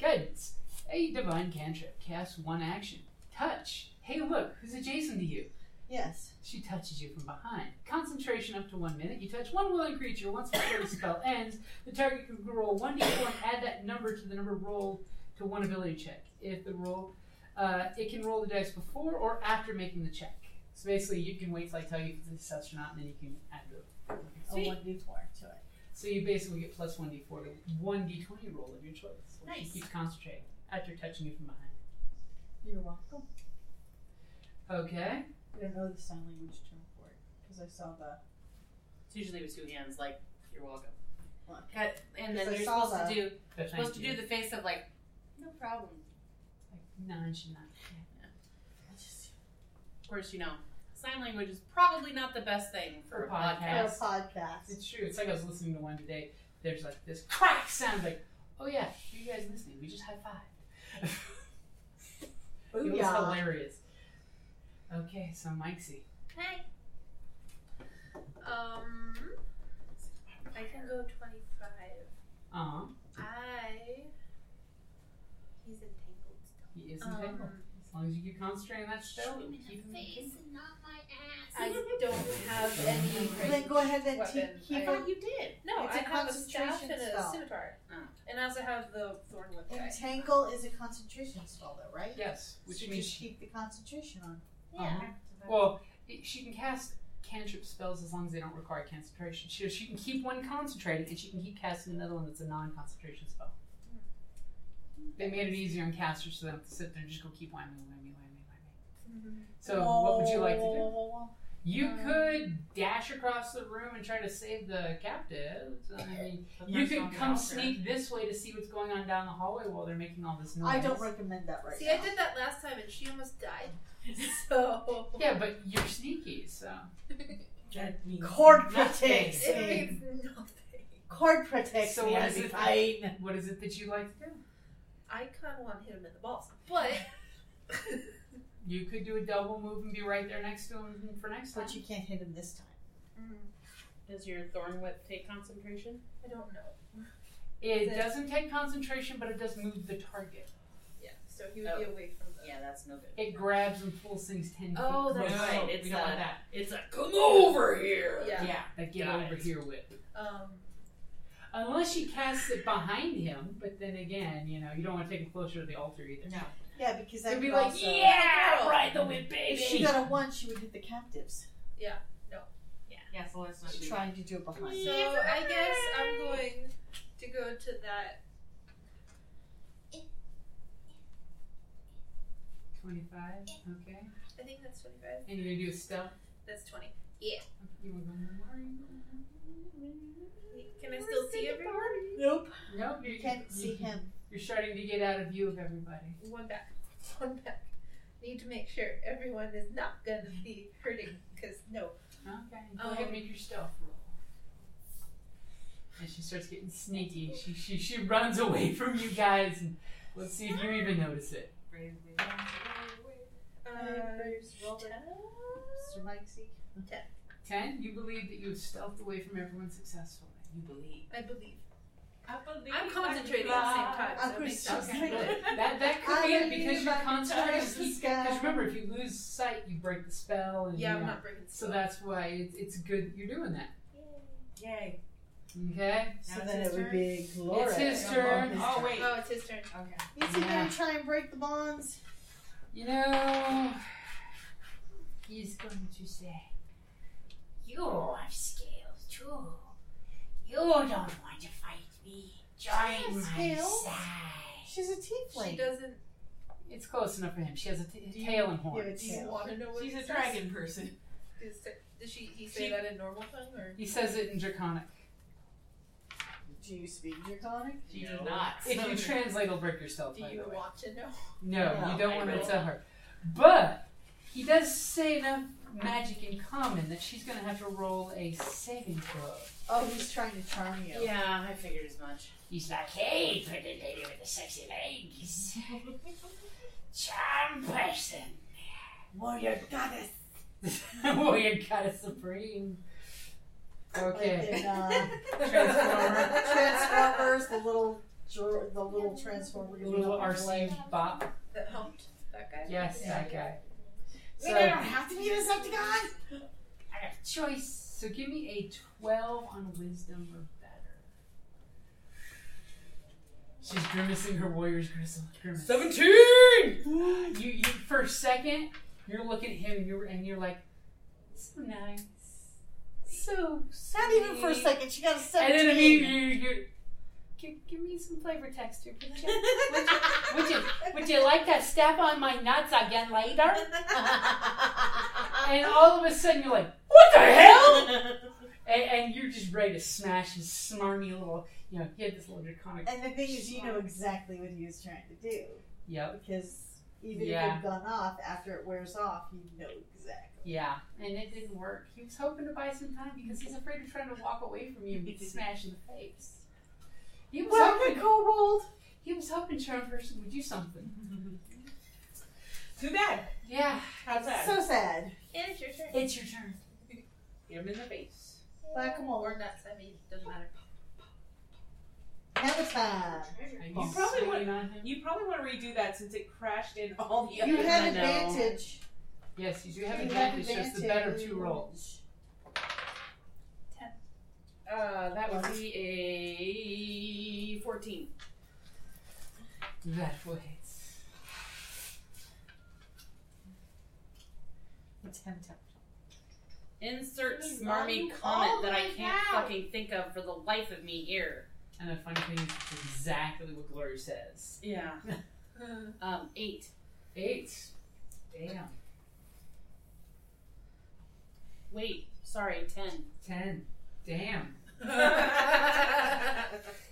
B: Guidance. A divine cantrip. Cast one action. Touch. Hey, look, who's adjacent to you?
D: Yes.
B: She touches you from behind. Concentration up to one minute. You touch one willing creature. Once the fairy spell ends, the target can roll 1d4 and add that number to the number rolled to one ability check. If the roll, uh, it can roll the dice before or after making the check. So basically, you can wait till I tell you if it's a success or not, and then you can add the.
D: A
B: Sweet.
D: Oh, one d four to it.
B: So you basically get plus one d4 to one d20 roll of your choice. which
F: Nice.
B: You keep concentrating after touching you from behind.
D: You're welcome.
B: Okay.
D: I don't know the sign language term for it because I saw the.
E: It's usually with two hands, like you're welcome.
D: Look.
E: Cut, and
D: Because
E: then
D: I
E: you're
D: saw
E: supposed
D: that.
E: to do
B: That's
E: supposed to
B: 19.
E: do the face of like no problem.
B: Like, nine should not.
E: Of course, you know sign language is probably not the best thing for,
B: For
E: a
B: podcast.
E: podcast.
D: For a podcast.
B: It's true. It's like I was listening to one today. There's like this crack sound. Like, oh yeah, you guys listening? We just high five. it was
D: Booyah.
B: hilarious. Okay, so Mikesy.
F: Hey. Um, I can go 25.
B: Uh huh.
F: I. He's entangled still.
B: He is
F: Um,
B: entangled. as long as you keep concentrating on that spell, you keep him entangled.
H: and not my ass.
F: I don't have any.
D: Then go ahead and
F: weapon.
D: take- keep
F: I-
D: on-
E: But you did.
F: No,
D: It's
F: I
D: a
F: have a staff
D: concentration
F: and a
D: spell.
F: scimitar.
E: Oh.
F: And I also have the thorn whip guy.
D: Entangle is a concentration spell, though, right?
B: Yes, which
D: so
B: means
D: just keep the concentration on.
B: Uh-huh.
F: Yeah.
B: Well, it, she can cast cantrip spells as long as they don't require concentration. She, she can keep one concentrated, and she can keep casting another one that's a non-concentration spell.
D: Hmm.
B: They made it easier on casters, so they don't have to sit there and just go keep whammy, whammy, whammy, whammy. So, what would you like to do? You
F: Um,
B: could dash across the room and try to save the captives. I mean, you could come sneak this way to see what's going on down the hallway while they're making all this noise.
D: I don't recommend that right
F: See,
D: now.
F: I did that last time and she almost died. So.
B: Yeah, but you're sneaky, so
D: That means Cord protects
F: It
D: me.
F: means nothing.
D: Cord protects
B: So
D: me.
B: what
D: I'll
B: is
D: be
B: it?
D: fine.
B: what is it that you like to do?
F: I kind of want to hit him in the balls. But.
B: You could do a double move and be right there next to him for next time.
D: But you can't hit him this time.
E: Does your thorn whip take concentration?
F: I don't know.
B: It doesn't take concentration, but it does move the target.
F: Yeah, so he would be away from the.
E: Yeah, that's no good.
B: It grabs and pulls things ten
E: Oh,
B: feet.
E: that's
B: closer.
E: right.
B: We
E: It's
B: don't
E: a-
B: want that.
E: It's a come over here.
F: Yeah.
B: that get
E: Got
B: over
E: it.
B: here with.
F: Um,
B: Unless she casts it behind him, but then again, you know, you don't want to take him closer to the altar either.
D: No. Yeah, because that
B: It'd be
D: could
B: like,
D: also,
B: yeah, ride the whip,
D: If
B: baby.
D: she got a one, she would hit the captives.
E: Yeah, so let's not
D: She's
E: do
D: trying to do it behind.
F: so I guess I'm going to go to that.
B: 25, okay.
F: I think that's 25.
B: And you're going to do a stealth.
F: That's 20.
B: You wanna go, where are you
F: Can I still see everyone?
D: Nope.
B: going? Nope, you
D: You can't see him.
B: You're starting to get out of view of everybody.
F: One back. One back. Need to make sure everyone is not going to be hurting because no.
B: Okay, go ahead and Oh, make your stealth roll. And she starts getting sneaky. She, she, she runs away from you guys, and let's see if you even notice it.
F: Uh,
D: Mr. Mikesy.
B: 10, you believe that you've stealthed away from everyone successfully. You believe.
F: I believe.
E: I believe
F: I'm concentrating at the same time. So
D: Of
F: it
D: course
F: makes sense.
D: she's like-
F: But-
B: That, that could be
D: I
B: it because you're
D: believe I can touch the
B: concentrating. Because
D: sky.
B: remember, if you lose sight, you break the spell. And
F: Yeah,
B: you
F: I'm
B: know.
F: not breaking
B: So
F: stuff.
B: that's why it's, it's good that you're doing that.
C: Yay.
B: Okay?
D: So
C: Now
D: then
C: it's
D: it
C: his
D: would
C: turn.
D: be Gloria.
B: It's his turn.
C: Oh, wait.
F: Oh, it's his turn.
C: Okay.
D: Is he
B: Yeah.
D: gonna try and break the bonds?
B: You know, he's going to say,
H: You have scales too. You don't want to fight me. Join
D: Yes,
H: my
D: Scales.
H: side.
D: She's a
F: She
D: tiefling.
F: doesn't.
B: it's close enough for him. She has a t- tail and
D: You have a
B: horns.
F: Do you
D: tail.
F: want to know what
C: She's
F: he
C: a
F: says?
C: dragon person.
F: Does, does she? He say
B: She-
F: that in normal tongue or?
B: He says it in Draconic.
D: Do you speak draconic?
C: She did not.
B: If you translate, it'll break yourself.
F: Do
B: by the
F: you
B: way.
F: want to know?
B: No,
D: No,
B: you don't
E: I
B: want to
E: will.
B: tell her. But he does say enough magic in common that she's going to have to roll a saving throw.
D: Oh, he's trying to charm you.
E: Yeah, I figured as much.
H: He's like, hey, pretty lady with the sexy legs. Charm person.
D: Warrior goddess.
B: Warrior Goddess Supreme.
D: Like uh,
B: Okay.
D: in, uh,
B: Transformer.
D: Transformers, the little, jor- the little transformer.
B: Little RC bop.
F: That helped that guy.
B: Yes, that guy.
D: Wait, I don't have to be a Decepticon?
H: I got a choice.
B: So give me a 12 on wisdom or better. She's grimacing her warrior's gristle. Grimace.
D: 17!
B: You, you, for a second, you're looking at him and you're, and you're like, so nice. So sweet.
D: Not even for a second, she got a 17.
B: And then immediately you're, you're, give, give me some flavor texture, would you? Would you, would you, would you like to step on my nuts again later? And all of a sudden you're like, what the hell? And, and you're just ready to smash his snarmy little, you know, he had this little draconic.
D: and the thing is, you know exactly what he was trying to do.
B: Yep.
D: Because even
B: Yeah.
D: if it had gone off, after it wears off, you know exactly.
B: Yeah, and it didn't work. He was hoping to buy some time because he's afraid of trying to walk away from you and get smashed in the face. He was hoping,
D: Kobold!
B: he was hoping Charm Person would do something.
C: Too bad.
B: Yeah,
C: How's that?
D: So sad.
F: And it's your turn.
B: it's your turn.
C: Get him in the face.
D: Black them all.
F: or nuts. I mean, doesn't matter.
D: Now it's time.
C: You probably
B: swinging
C: wouldn't-
B: on him.
C: You probably want to redo that since it crashed in all the
D: You
C: other.
D: have
B: I know.
D: advantage.
B: Yes, you do have
D: You
B: advantage. Just the better of two rolls.
C: Uh, that would be a fourteen.
B: That will hit.
C: What's hand tap?
E: Insert
D: Hey,
E: smarmy
D: Ron,
E: comment
D: oh
E: that I
D: my
E: can't
D: God.
E: fucking think of for the life of me here.
B: And the funny thing is, it's exactly what Gloria says.
E: Yeah. um, eight.
B: Eight. Damn.
E: Wait, sorry, ten.
B: Ten. Damn.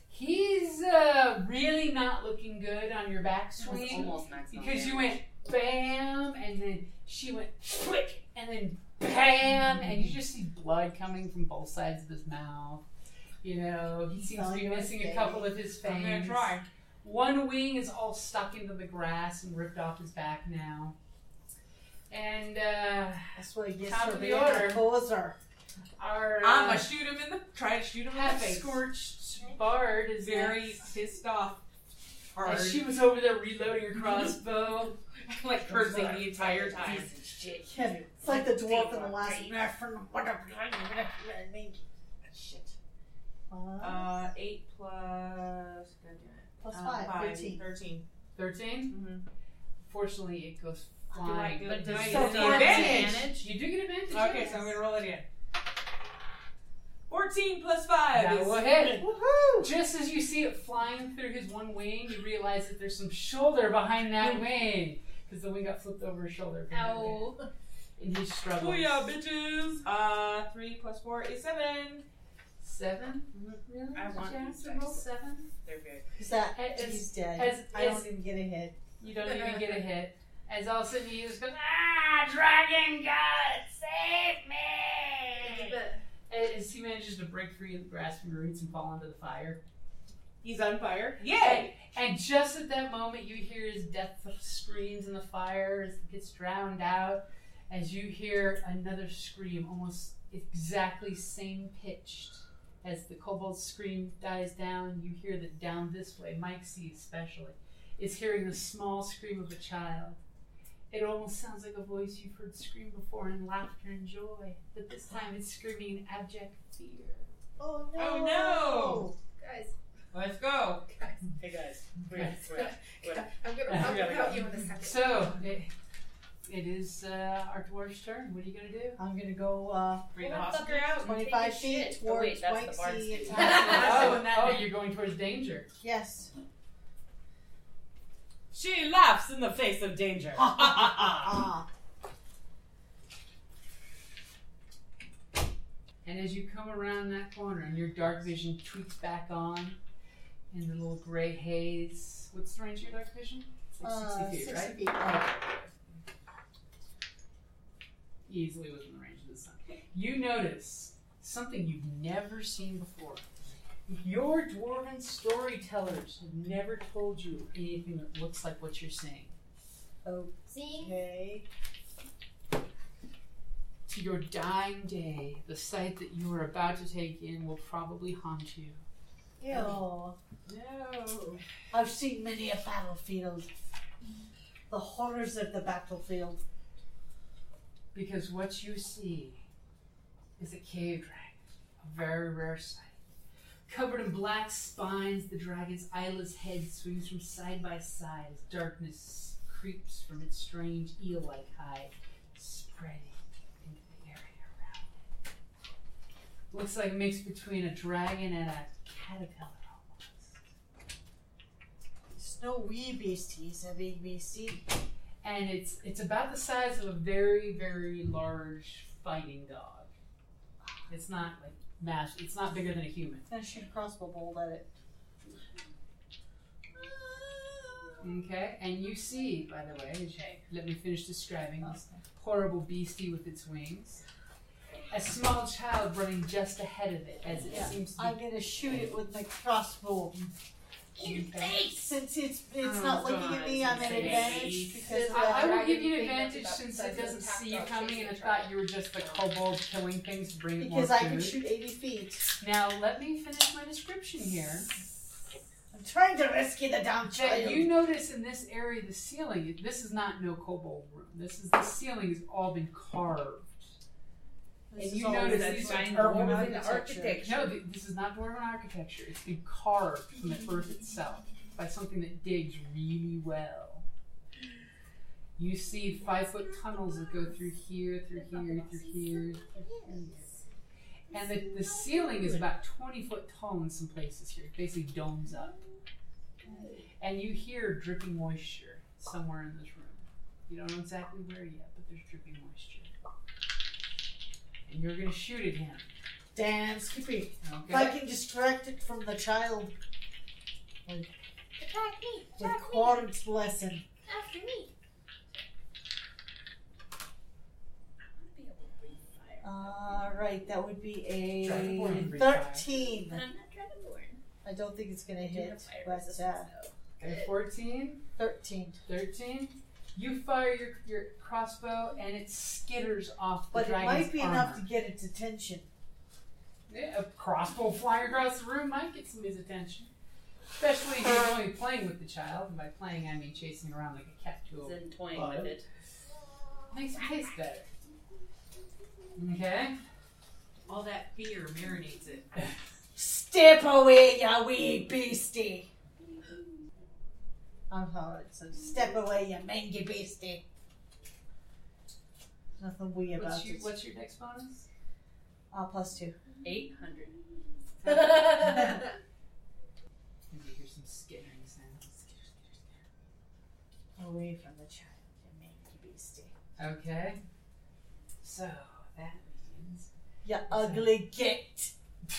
B: He's uh, really not looking good on your
E: It's
B: backswing.
E: almost maximum.
B: Because you
E: damage.
B: went bam, and then she went flick, and then bam, and you just see blood coming from both sides of his mouth. You know, he seems to be
D: Fine,
B: missing a
D: okay.
B: couple of his
C: I'm gonna
B: fangs.
C: try.
B: One wing is all stuck into the grass and ripped off his back now. And uh,
D: That's what I get
B: Top
D: for
B: of the
D: being a
B: order.
D: poser.
B: our
C: I'm
B: uh,
C: gonna shoot him in the. Try to shoot him in the
B: half
C: face.
B: scorched bard is
C: Very
B: next.
C: pissed off. Hard.
B: As she was over there reloading her crossbow.
C: like cursing the entire time.
E: Piece of shit.
D: It's like the dwarf in the last.
E: Shit.
D: Uh,
C: Uh, eight plus. God damn it.
D: plus
C: Uh,
D: five,
C: five,
D: 13.
C: 13.
B: 13?
C: Mhm.
B: Fortunately, it goes
C: Do I
B: flying.
C: do
E: But
C: do I
E: does
C: get
E: so
C: the
E: far
C: advantage?
E: advantage?
B: You do get advantage.
C: Okay,
B: yes.
C: so I'm gonna roll it again. 14 plus 5
B: That
C: is
B: will hit.
D: Woohoo!
B: Just as you see it flying through his one wing, you realize that there's some shoulder behind that wing. Because the wing got flipped over his shoulder. from that wing.
E: Ow.
B: And he struggles.
C: Booyah, bitches! Uh, 3 plus 4 is 7.
B: Seven? Really?
C: I want
B: Jack,
C: these
B: to roll
C: dice.
B: seven?
C: They're good.
D: Is that?
B: As-
D: He's dead.
B: As,
D: I
B: as
D: don't even get a hit.
B: You don't even get a hit. As all of a sudden you just go, ah, dragon god, save me! As- As he manages to break free of the grass from your roots and fall into the fire.
C: He's on fire. Yay!
B: And just at that moment, you hear his death screams in the fire as it gets drowned out. As you hear another scream, almost exactly same pitched. As the kobold scream dies down, you hear that down this way, Mike C especially, is hearing the small scream of a child. It almost sounds like a voice you've heard scream before in laughter and joy, but this time it's screaming in abject fear.
D: Oh no!
C: Oh, no.
F: Guys,
C: Let's go.
F: guys,
D: Hey guys.
F: I'm gonna
B: Yeah,
F: talk
C: we gotta
F: about
C: go.
F: you in a second.
B: So, it, it is uh, our dwarf's turn. What are you going to do?
D: I'm gonna go uh,
C: Bring the
F: Motherfucker,
C: hospital out.
F: take a
D: 25 feet
F: shit.
E: Oh,
D: towards
E: wait, that's the
D: Mike
E: bard's
D: C.
E: feet.
D: and
C: That's the
D: Tom.
C: one that-
B: Oh, you're going towards danger.
D: yes.
C: She laughs in the face of danger.
D: Ah.
B: And as you come around that corner and your dark vision tweaks back on in the little gray haze, what's the range of your dark vision? It's like
D: Uh,
B: 60 feet,
D: 60
B: right?
D: feet. Oh,
B: Easily within the range of the sun. You notice something you've never seen before. Your dwarven storytellers have never told you anything that looks like what you're seeing.
G: See?
D: Okay.
B: To your dying day, the sight that you are about to take in will probably haunt you.
D: Ew.
C: no.
D: I've seen many a battlefield. The horrors of the battlefield.
B: Because what you see is a cave dragon, a very rare sight. Covered in black spines, the dragon's eyeless head swings from side by side as darkness creeps from its strange eel like hide, spreading into the area around it. Looks like a mix between a dragon and a caterpillar.
D: It's no wee beastie, it's a big beastie.
B: and it's it's about the size of a very very large fighting dog. It's not like mass. It's not bigger than a human.
A: gonna shoot a crossbow bolt at it.
B: Okay, and you see, by the way, as you- let me finish describing this horrible beastie with its wings. A small child running just ahead of it as it
D: Yeah.
B: seems to
D: I'm gonna shoot it with my crossbow.
B: be. Okay.
D: Since it's it's
B: Oh,
D: not looking at me, I'm at
B: goodness.
D: advantage because of
B: I, I
D: that.
B: would give you an
F: Dragon thing that's
B: advantage since
F: about the size
B: it
F: of a
B: doesn't
F: cat
B: see you
F: dog
B: coming
F: chasing
B: and
F: a
B: it thought you were just the kobold killing things to bring it more
D: Because I can
B: food.
D: shoot 80 feet.
B: Now let me finish my description here.
D: I'm trying to rescue the dumb
B: That
D: child.
B: you notice in this area, the ceiling. This is not no kobold room. This is the ceiling has all been carved.
D: This
B: and
D: is
B: you
D: all
B: notice
D: that's
B: these
D: fine.
B: are
D: Or
B: woven
D: within the architecture.
B: No, th- this is not born on architecture. It's been carved from the earth itself by something that digs really well. You see five foot tunnels that go through here, through here, through here, through here. And the, the ceiling is about 20 foot tall in some places here. It basically domes up. And you hear dripping moisture somewhere in this room. You don't know exactly where yet, but there's dripping moisture. And you're going to shoot at him.
D: Damn, Skippy. If I
B: Okay.
D: can distract it from the child
H: Attack me!
D: with
H: Attack me!
D: Quorum's blessing.
H: After me!
D: Alright, that would be a
B: Dragonborn breed fire.
D: 13.
F: And I'm not dragonborn.
D: I don't think it's gonna
F: I do have
D: hit,
F: fire
D: but
F: resistance,
D: uh,
F: though.
B: Okay, 14,
D: 13.
B: 13. You fire your, your crossbow and it skitters off the
D: But it
B: dragon's
D: might be
B: armor.
D: enough to get its attention.
B: Yeah, a crossbow flying across the room might get somebody's attention. Especially if you're only playing with the child, and by playing I mean chasing around like a cat to
E: Then toying with it.
B: a makes it taste better. Okay.
C: All that fear marinates it.
D: Step away, ya wee beastie. I'm hard, so step away, ya mangy beastie. Nothing wee about
B: What's your,
D: it.
B: what's your next bonus?
D: Ah, plus two.
E: 800.
B: Maybe you hear some skittering sounds. Skitter, skitter,
D: Away from the child, ya mangy beastie.
B: skitter. Okay. So that means
D: Ya ugly git.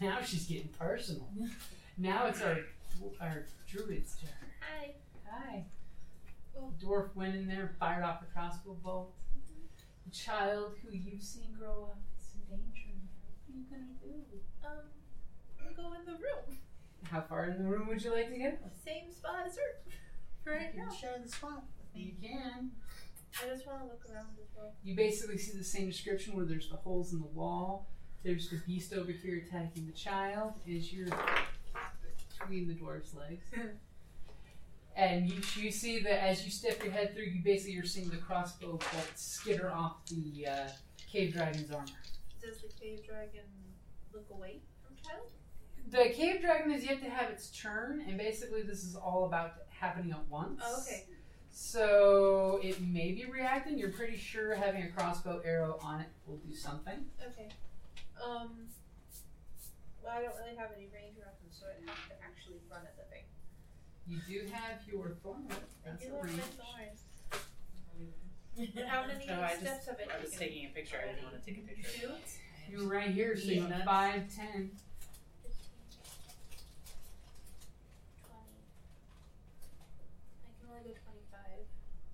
B: now she's getting personal. now it's our our druid's turn.
F: Hi.
B: Hi. Dwarf went in there, fired off a crossbow bolt. The child who you've seen grow up is in danger. What are you gonna do?
F: Um, we'll go in the room.
B: How far in the room would you like to go?
F: Same spot as her. For
D: You
F: right
D: can
F: now.
D: share the spot with me.
B: You can.
F: I just want to look around as well.
B: You basically see the same description where there's the holes in the wall. There's the beast over here attacking the child as you're between the dwarf's legs. and you, you see that as you step your head through, you basically you're seeing the crossbow bolt skitter off the uh, cave dragon's armor.
F: Does the cave dragon look away from child?
B: The cave dragon is yet to have its turn, and basically this is all about happening at once.
F: Oh, okay.
B: So it may be reacting. You're pretty sure having a crossbow arrow on it will do something.
F: Okay. Um. Well, I don't really have any range around them, so I'd have to actually run at the thing.
B: You do have your thorn whip. That's
F: You
B: a
F: have my
B: range.
F: thorns. How many
E: No, I
F: steps have it
I: I was
F: taken?
I: taking a picture. I didn't want to take a picture.
F: Two?
B: You're right here, so
I: Yeah.
B: you're five ten.
F: 20. I can only go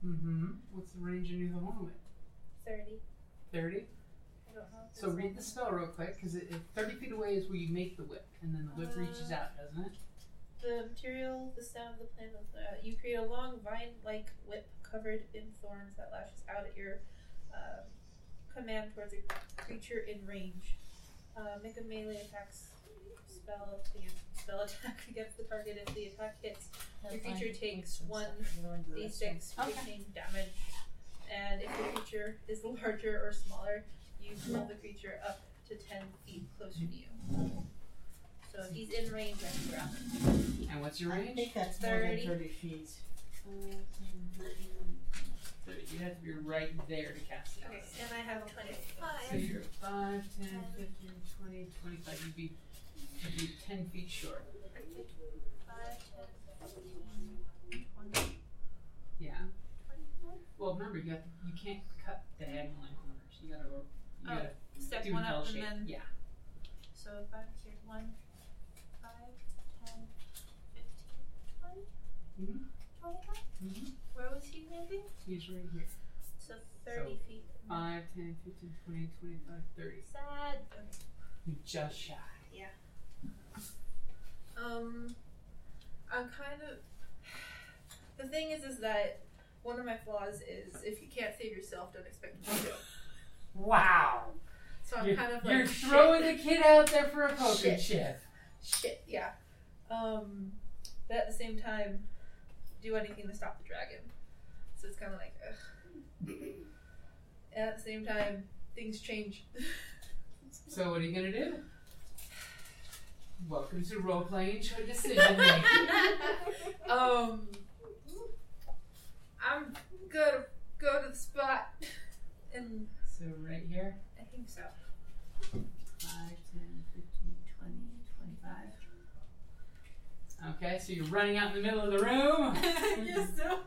F: 25.
B: Mm-hmm. What's the range of your thorn whip?
F: 30.
B: Thirty.
F: I don't know. if
B: So
F: there's
B: read the spell real quick, because it, it- thirty feet away is where you make the whip, and then the whip reaches
F: Uh.
B: out, doesn't it?
F: The material, the stem of the plant of the, uh, you create a long vine-like whip covered in thorns that lashes out at your um, command towards a creature in range. Uh, make a melee attack s- spell the spell attack against the target. If the attack hits, your creature takes one d6
B: Okay.
F: piercing damage, and if the creature is larger or smaller, you pull the creature up to 10 feet closer to you. So if he's in range, I can grab him.
B: And what's your
D: I
B: range?
D: think that's more than
F: 30.
D: 30 feet.
B: So you'd have to be right there to cast it.
F: Okay, and I have a
B: So
F: 25.
B: you're 5, 10, 15, 20, 25. You'd be, you'd be 10 feet short. Yeah. Well, remember, you, have, you can't cut diagonal and corners. You gotta, you
F: Oh,
B: gotta
F: Step
B: do
F: one
B: an L
F: up and
B: shape.
F: then.
B: yeah.
F: So if I'm here, 1, 5, 10, 15, 20, Mm-hmm.
B: Mhm.
F: 25.
B: Mhm.
F: Where was he landing?
B: He's right here.
F: So 30 feet.
B: 5, 10, 15, 20, 25, 30.
F: Sad.
B: You're just shy.
F: Um, I'm kind of. The thing is, is that one of my flaws is if you can't save yourself, don't expect me to.
B: Wow.
F: So I'm
B: you're
F: kind of like.
B: you're throwing the kid out there for a poker
F: Shit.
B: chip.
F: Shit, yeah. Um, but at the same time, do anything to stop the dragon. So it's kind of like, ugh. And at the same time, things change.
B: So what are you gonna do? Welcome to role playing your decision making.
F: um, I'm gonna go to the spot, and
B: so right here,
F: I think so.
B: 5, 10, 15, 20, 25. Okay, so you're running out in the middle of the room.
C: yes, so.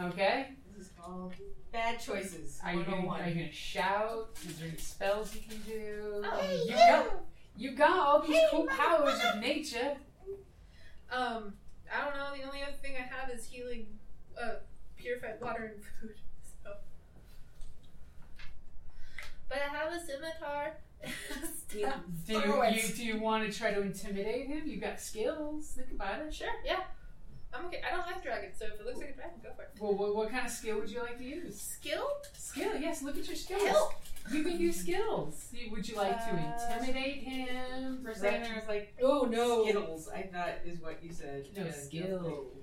B: Okay,
D: This is called Bad Choices
B: are you, gonna,
D: 101.
B: are you gonna shout? Is there any spells you can do?
F: Hey,
B: you got you got all these cool powers of nature.
F: Um, I don't know. The only other thing I have is healing, uh, purified water and food. So, but I have a scimitar. Stuff.
B: Do you,
D: Throw it.
B: you do you want to try to intimidate him? You got skills. Think about it.
F: Sure, yeah. I'm okay. I don't like dragons, so if it looks like a dragon, go for it.
B: Well, what, what kind of skill would you like to use?
F: Skill?
B: Skill, yes, look at your skills.
F: Skill.
B: You can use skills. See, Would you like to
F: Uh,
B: intimidate him? For a second, I was like,
D: Oh no!
B: Skittles.
D: Skittles, I thought is what you said.
B: no,
D: Yeah,
B: skills.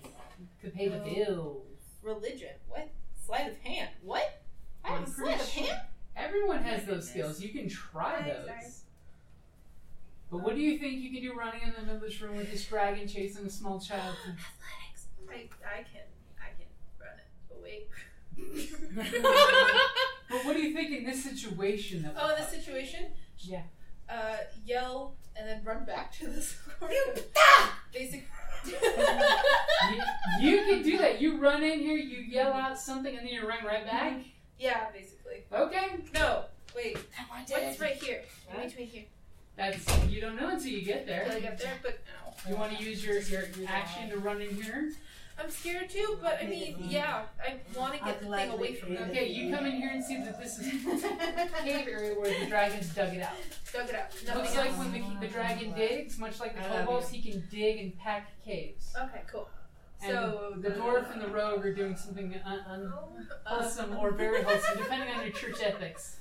B: Could pay the bills.
F: Religion? What? Sleight of hand? What? I
B: I'm
F: have a
B: pretty
F: sleight of
B: sure-
F: hand.
B: Everyone has
F: Oh My
B: those
F: goodness.
B: skills. You can try
F: Sorry,
B: those.
F: sorry.
B: But what do you think you can do running in the middle of this room with this dragon chasing a small child?
F: Athletics. I, I can I can run it. But wait.
B: But what do you think in this situation? That
F: oh,
B: would
F: the
B: help?
F: situation.
B: Yeah.
F: Uh, yell and then run back to the squirrel. Basic.
B: You, you can do that. You run in here, you yell out something, and then you run right back.
F: Mm-hmm. yeah, basically.
B: Okay,
F: No, wait.
H: I want
F: What's right here?
B: What?
F: Between here.
B: that's you don't know until you get there.
F: Till I get there, but ow.
B: You want to use your, your, your action to run in here?
F: I'm scared too, but I mean, yeah, I want to
D: I'll
F: get the thing away
D: gladly
F: from them.
D: eat
B: Okay, you come in here and see that this is a cave area where the dragons dug it out.
F: Dug it out.
B: Looks
F: Nothing
B: like
F: else.
B: when the, the dragon digs, much like the
D: I love
B: kobolds, he can dig and pack caves.
F: Okay, cool.
B: And
F: Oh, so uh, Oh.
B: the dwarf and the rogue are doing something un- unwholesome or very wholesome, depending on your church ethics.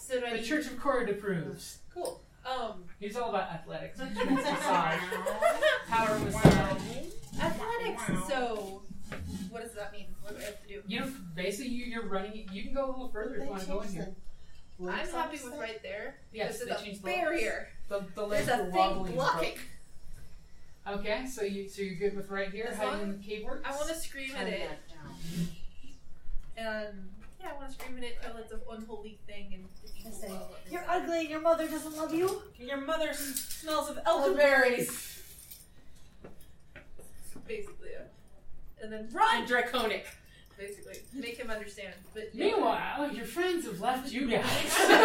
F: So do I
B: The
F: need-
B: Church of Korrid approves.
F: Cool. Um,
B: He's all about athletics. massage, power massage.
F: athletics. So, what does that mean? What do I have to do?
B: You know, basically, you, you're running. You can go a little further if you want to go in here.
F: I'm happy with right there.
B: Yes,
F: this
B: they
F: is a
B: changed the
F: barrier.
B: The, the legs
F: There's
B: were
F: a
B: wobbling.
F: thing
B: and
F: blocking.
B: broke. Okay, so you so you're good with right here,
F: As
B: hiding
F: long-
B: in the cave works.
F: I want to scream at it, and yeah, I want to scream at it till it's an unholy thing and the people
D: Listen,
F: love it.
D: You're ugly. Your mother doesn't love you. Your mother smells of elderberries.
F: basically. yeah. And then
D: Run,
F: run,
D: draconic.
F: basically, make him understand. But yeah.
B: Meanwhile, your friends have left you guys.
F: there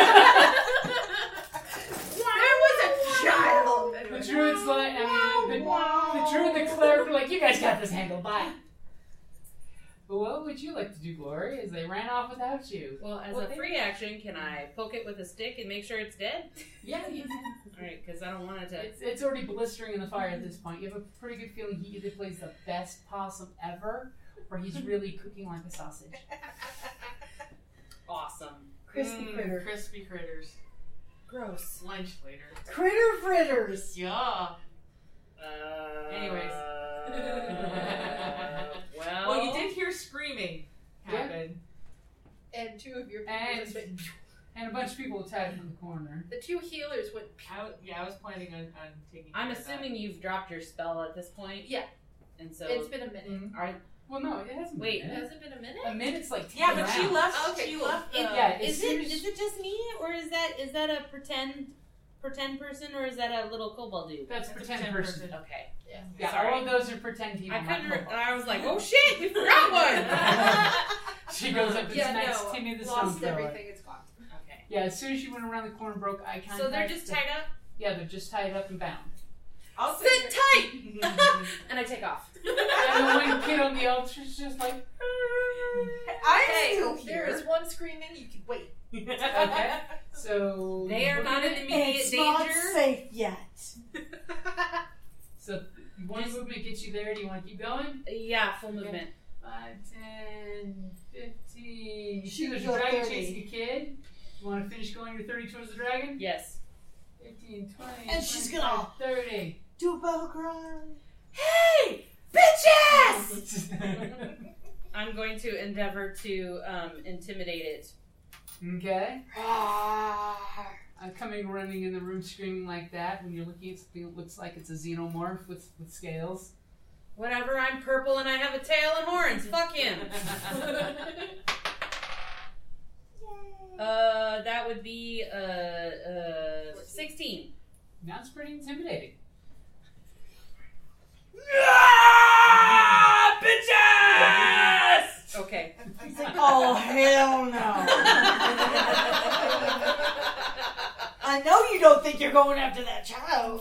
F: was a child.
B: the
F: Anyway.
B: druids like, I mean, the, the druid and the cleric were like, "You guys got this handled." Bye. But what would you like to do, Glory? As they ran off without you.
E: Well, as
B: Well,
E: a
B: they-
E: free action, can I poke it with a stick and make sure it's dead?
B: Yeah, you,
E: All right, because I don't want it to.
B: it's, it's already blistering in the fire at this point. You have a pretty good feeling he either plays the best possum ever, or he's really cooking like a sausage.
E: Awesome.
D: Crispy
C: Mm,
D: critter.
C: Crispy critters.
D: Gross.
C: Lunch later.
D: Critter fritters.
C: Yeah.
E: Uh,
C: Anyways.
E: well,
C: Well, you did hear screaming
B: Yeah.
C: happen.
F: and two of your people just went.
B: And, and a bunch of people attacked from the corner.
F: The two healers went.
C: I was, yeah, I was planning on, on taking.
E: I'm
C: care of that.
E: assuming you've dropped your spell at this point.
F: Yeah.
E: And so,
F: It's been a minute.
E: are,
B: Well, no, it hasn't.
E: Wait, Oh,
B: been a
F: Has
B: minute.
F: it been a minute?
B: a minute's like ten
C: Yeah, but she
B: rounds.
C: left.
F: Okay,
C: she
F: cool.
C: left. The,
F: It-
B: yeah, as
E: is
B: soon
E: it
B: as-
E: is it just me or is that is that a pretend pretend person or is that a little kobold dude?
B: That's pretend person.
E: Okay.
F: Yeah.
B: Yeah,
E: Sorry.
B: all of those are pretend people.
E: I
B: not
E: couldn't. re-
B: kobolds.
E: I was like, oh shit, we forgot one.
B: She goes up and
F: yeah,
B: smacks
F: no,
B: Timmy the
F: lost
B: Stonethrower.
F: everything. It's gone.
E: okay.
B: Yeah, as soon as she went around the corner, broke eye contact.
E: So they're just tied up.
B: Yeah, they're just tied up and bound.
C: I'll
E: Sit
C: sit
E: tight. and I take off.
B: And the one kid on the altar's just like,
C: I'm
F: Hey,
C: still
F: there
C: here.
F: is one screaming. You can wait.
B: okay. So
E: They are not in immediate
D: It's not
E: danger.
D: safe yet.
B: So one
E: Just-
B: movement gets you there. Do you want to keep going?
E: Yeah, full movement.
B: Five, ten, fifteen. You
D: She
B: see, there's a
D: can go
B: dragon
D: 30.
B: chasing a kid. You want to finish going your thirty towards the dragon?
E: Yes.
B: 15, 20,
D: And she's
B: 25, 30.
D: Do a battle cry.
E: Hey, bitches!
B: okay.
E: I'm going to endeavor to um, intimidate it.
D: Ah.
B: I'm coming running in the room screaming like that when you're looking at something that looks like it's a xenomorph with, with scales.
E: Whatever, I'm purple and I have a tail and horns. Fuck him. Uh, that would be uh, uh 16.
B: That's pretty intimidating.
E: Okay.
D: It's like, oh hell no.
E: oh
D: I know you don't think you're going after that child.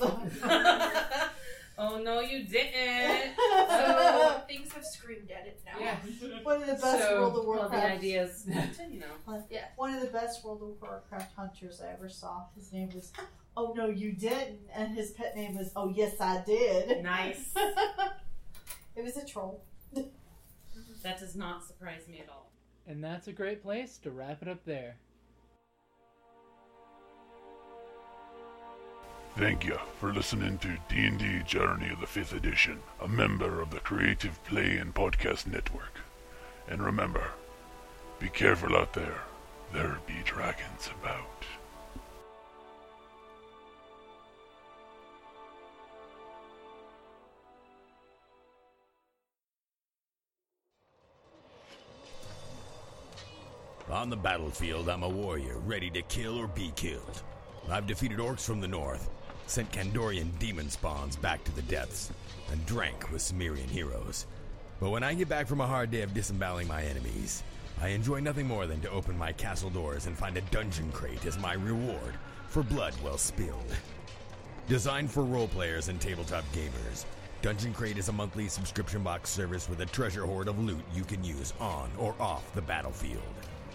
E: Oh, no, you didn't.
F: So things have screamed at it now.
B: Yeah.
D: One of the best
B: So-
D: World of
E: Well, the
D: Warcraft.
E: idea is, you know.
D: One of the best World of Warcraft hunters I ever saw. His name was Oh no, you didn't, and his pet name was Oh yes, I did.
E: Nice.
D: It was a troll.
E: That does not surprise me at all.
J: And that's a great place to wrap it up there.
I: Thank you for listening to D&D Journey of the 5th Edition, a member of the Creative Play and Podcast Network. And remember, be careful out there. There be dragons about.
K: On the battlefield, I'm a warrior ready to kill or be killed. I've defeated orcs from the north, sent Kandorian demon spawns back to the depths, and drank with Sumerian heroes. But when I get back from a hard day of disemboweling my enemies, I enjoy nothing more than to open my castle doors and find a dungeon crate as my reward for blood well spilled. Designed for role players and tabletop gamers, Dungeon Crate is a monthly subscription box service with a treasure hoard of loot you can use on or off the battlefield.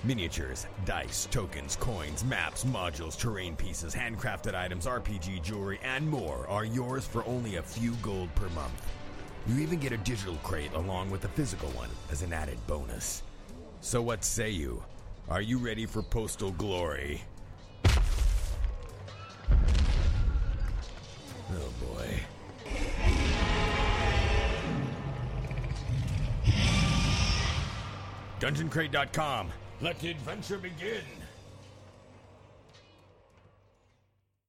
K: Miniatures, dice, tokens, coins, maps, modules, terrain pieces, handcrafted items, RPG jewelry, and more are yours for only a few gold per month. You even get a digital crate along with the physical one as an added bonus. So, what say you? Are you ready for postal glory? Oh boy. DungeonCrate.com. Let the adventure begin.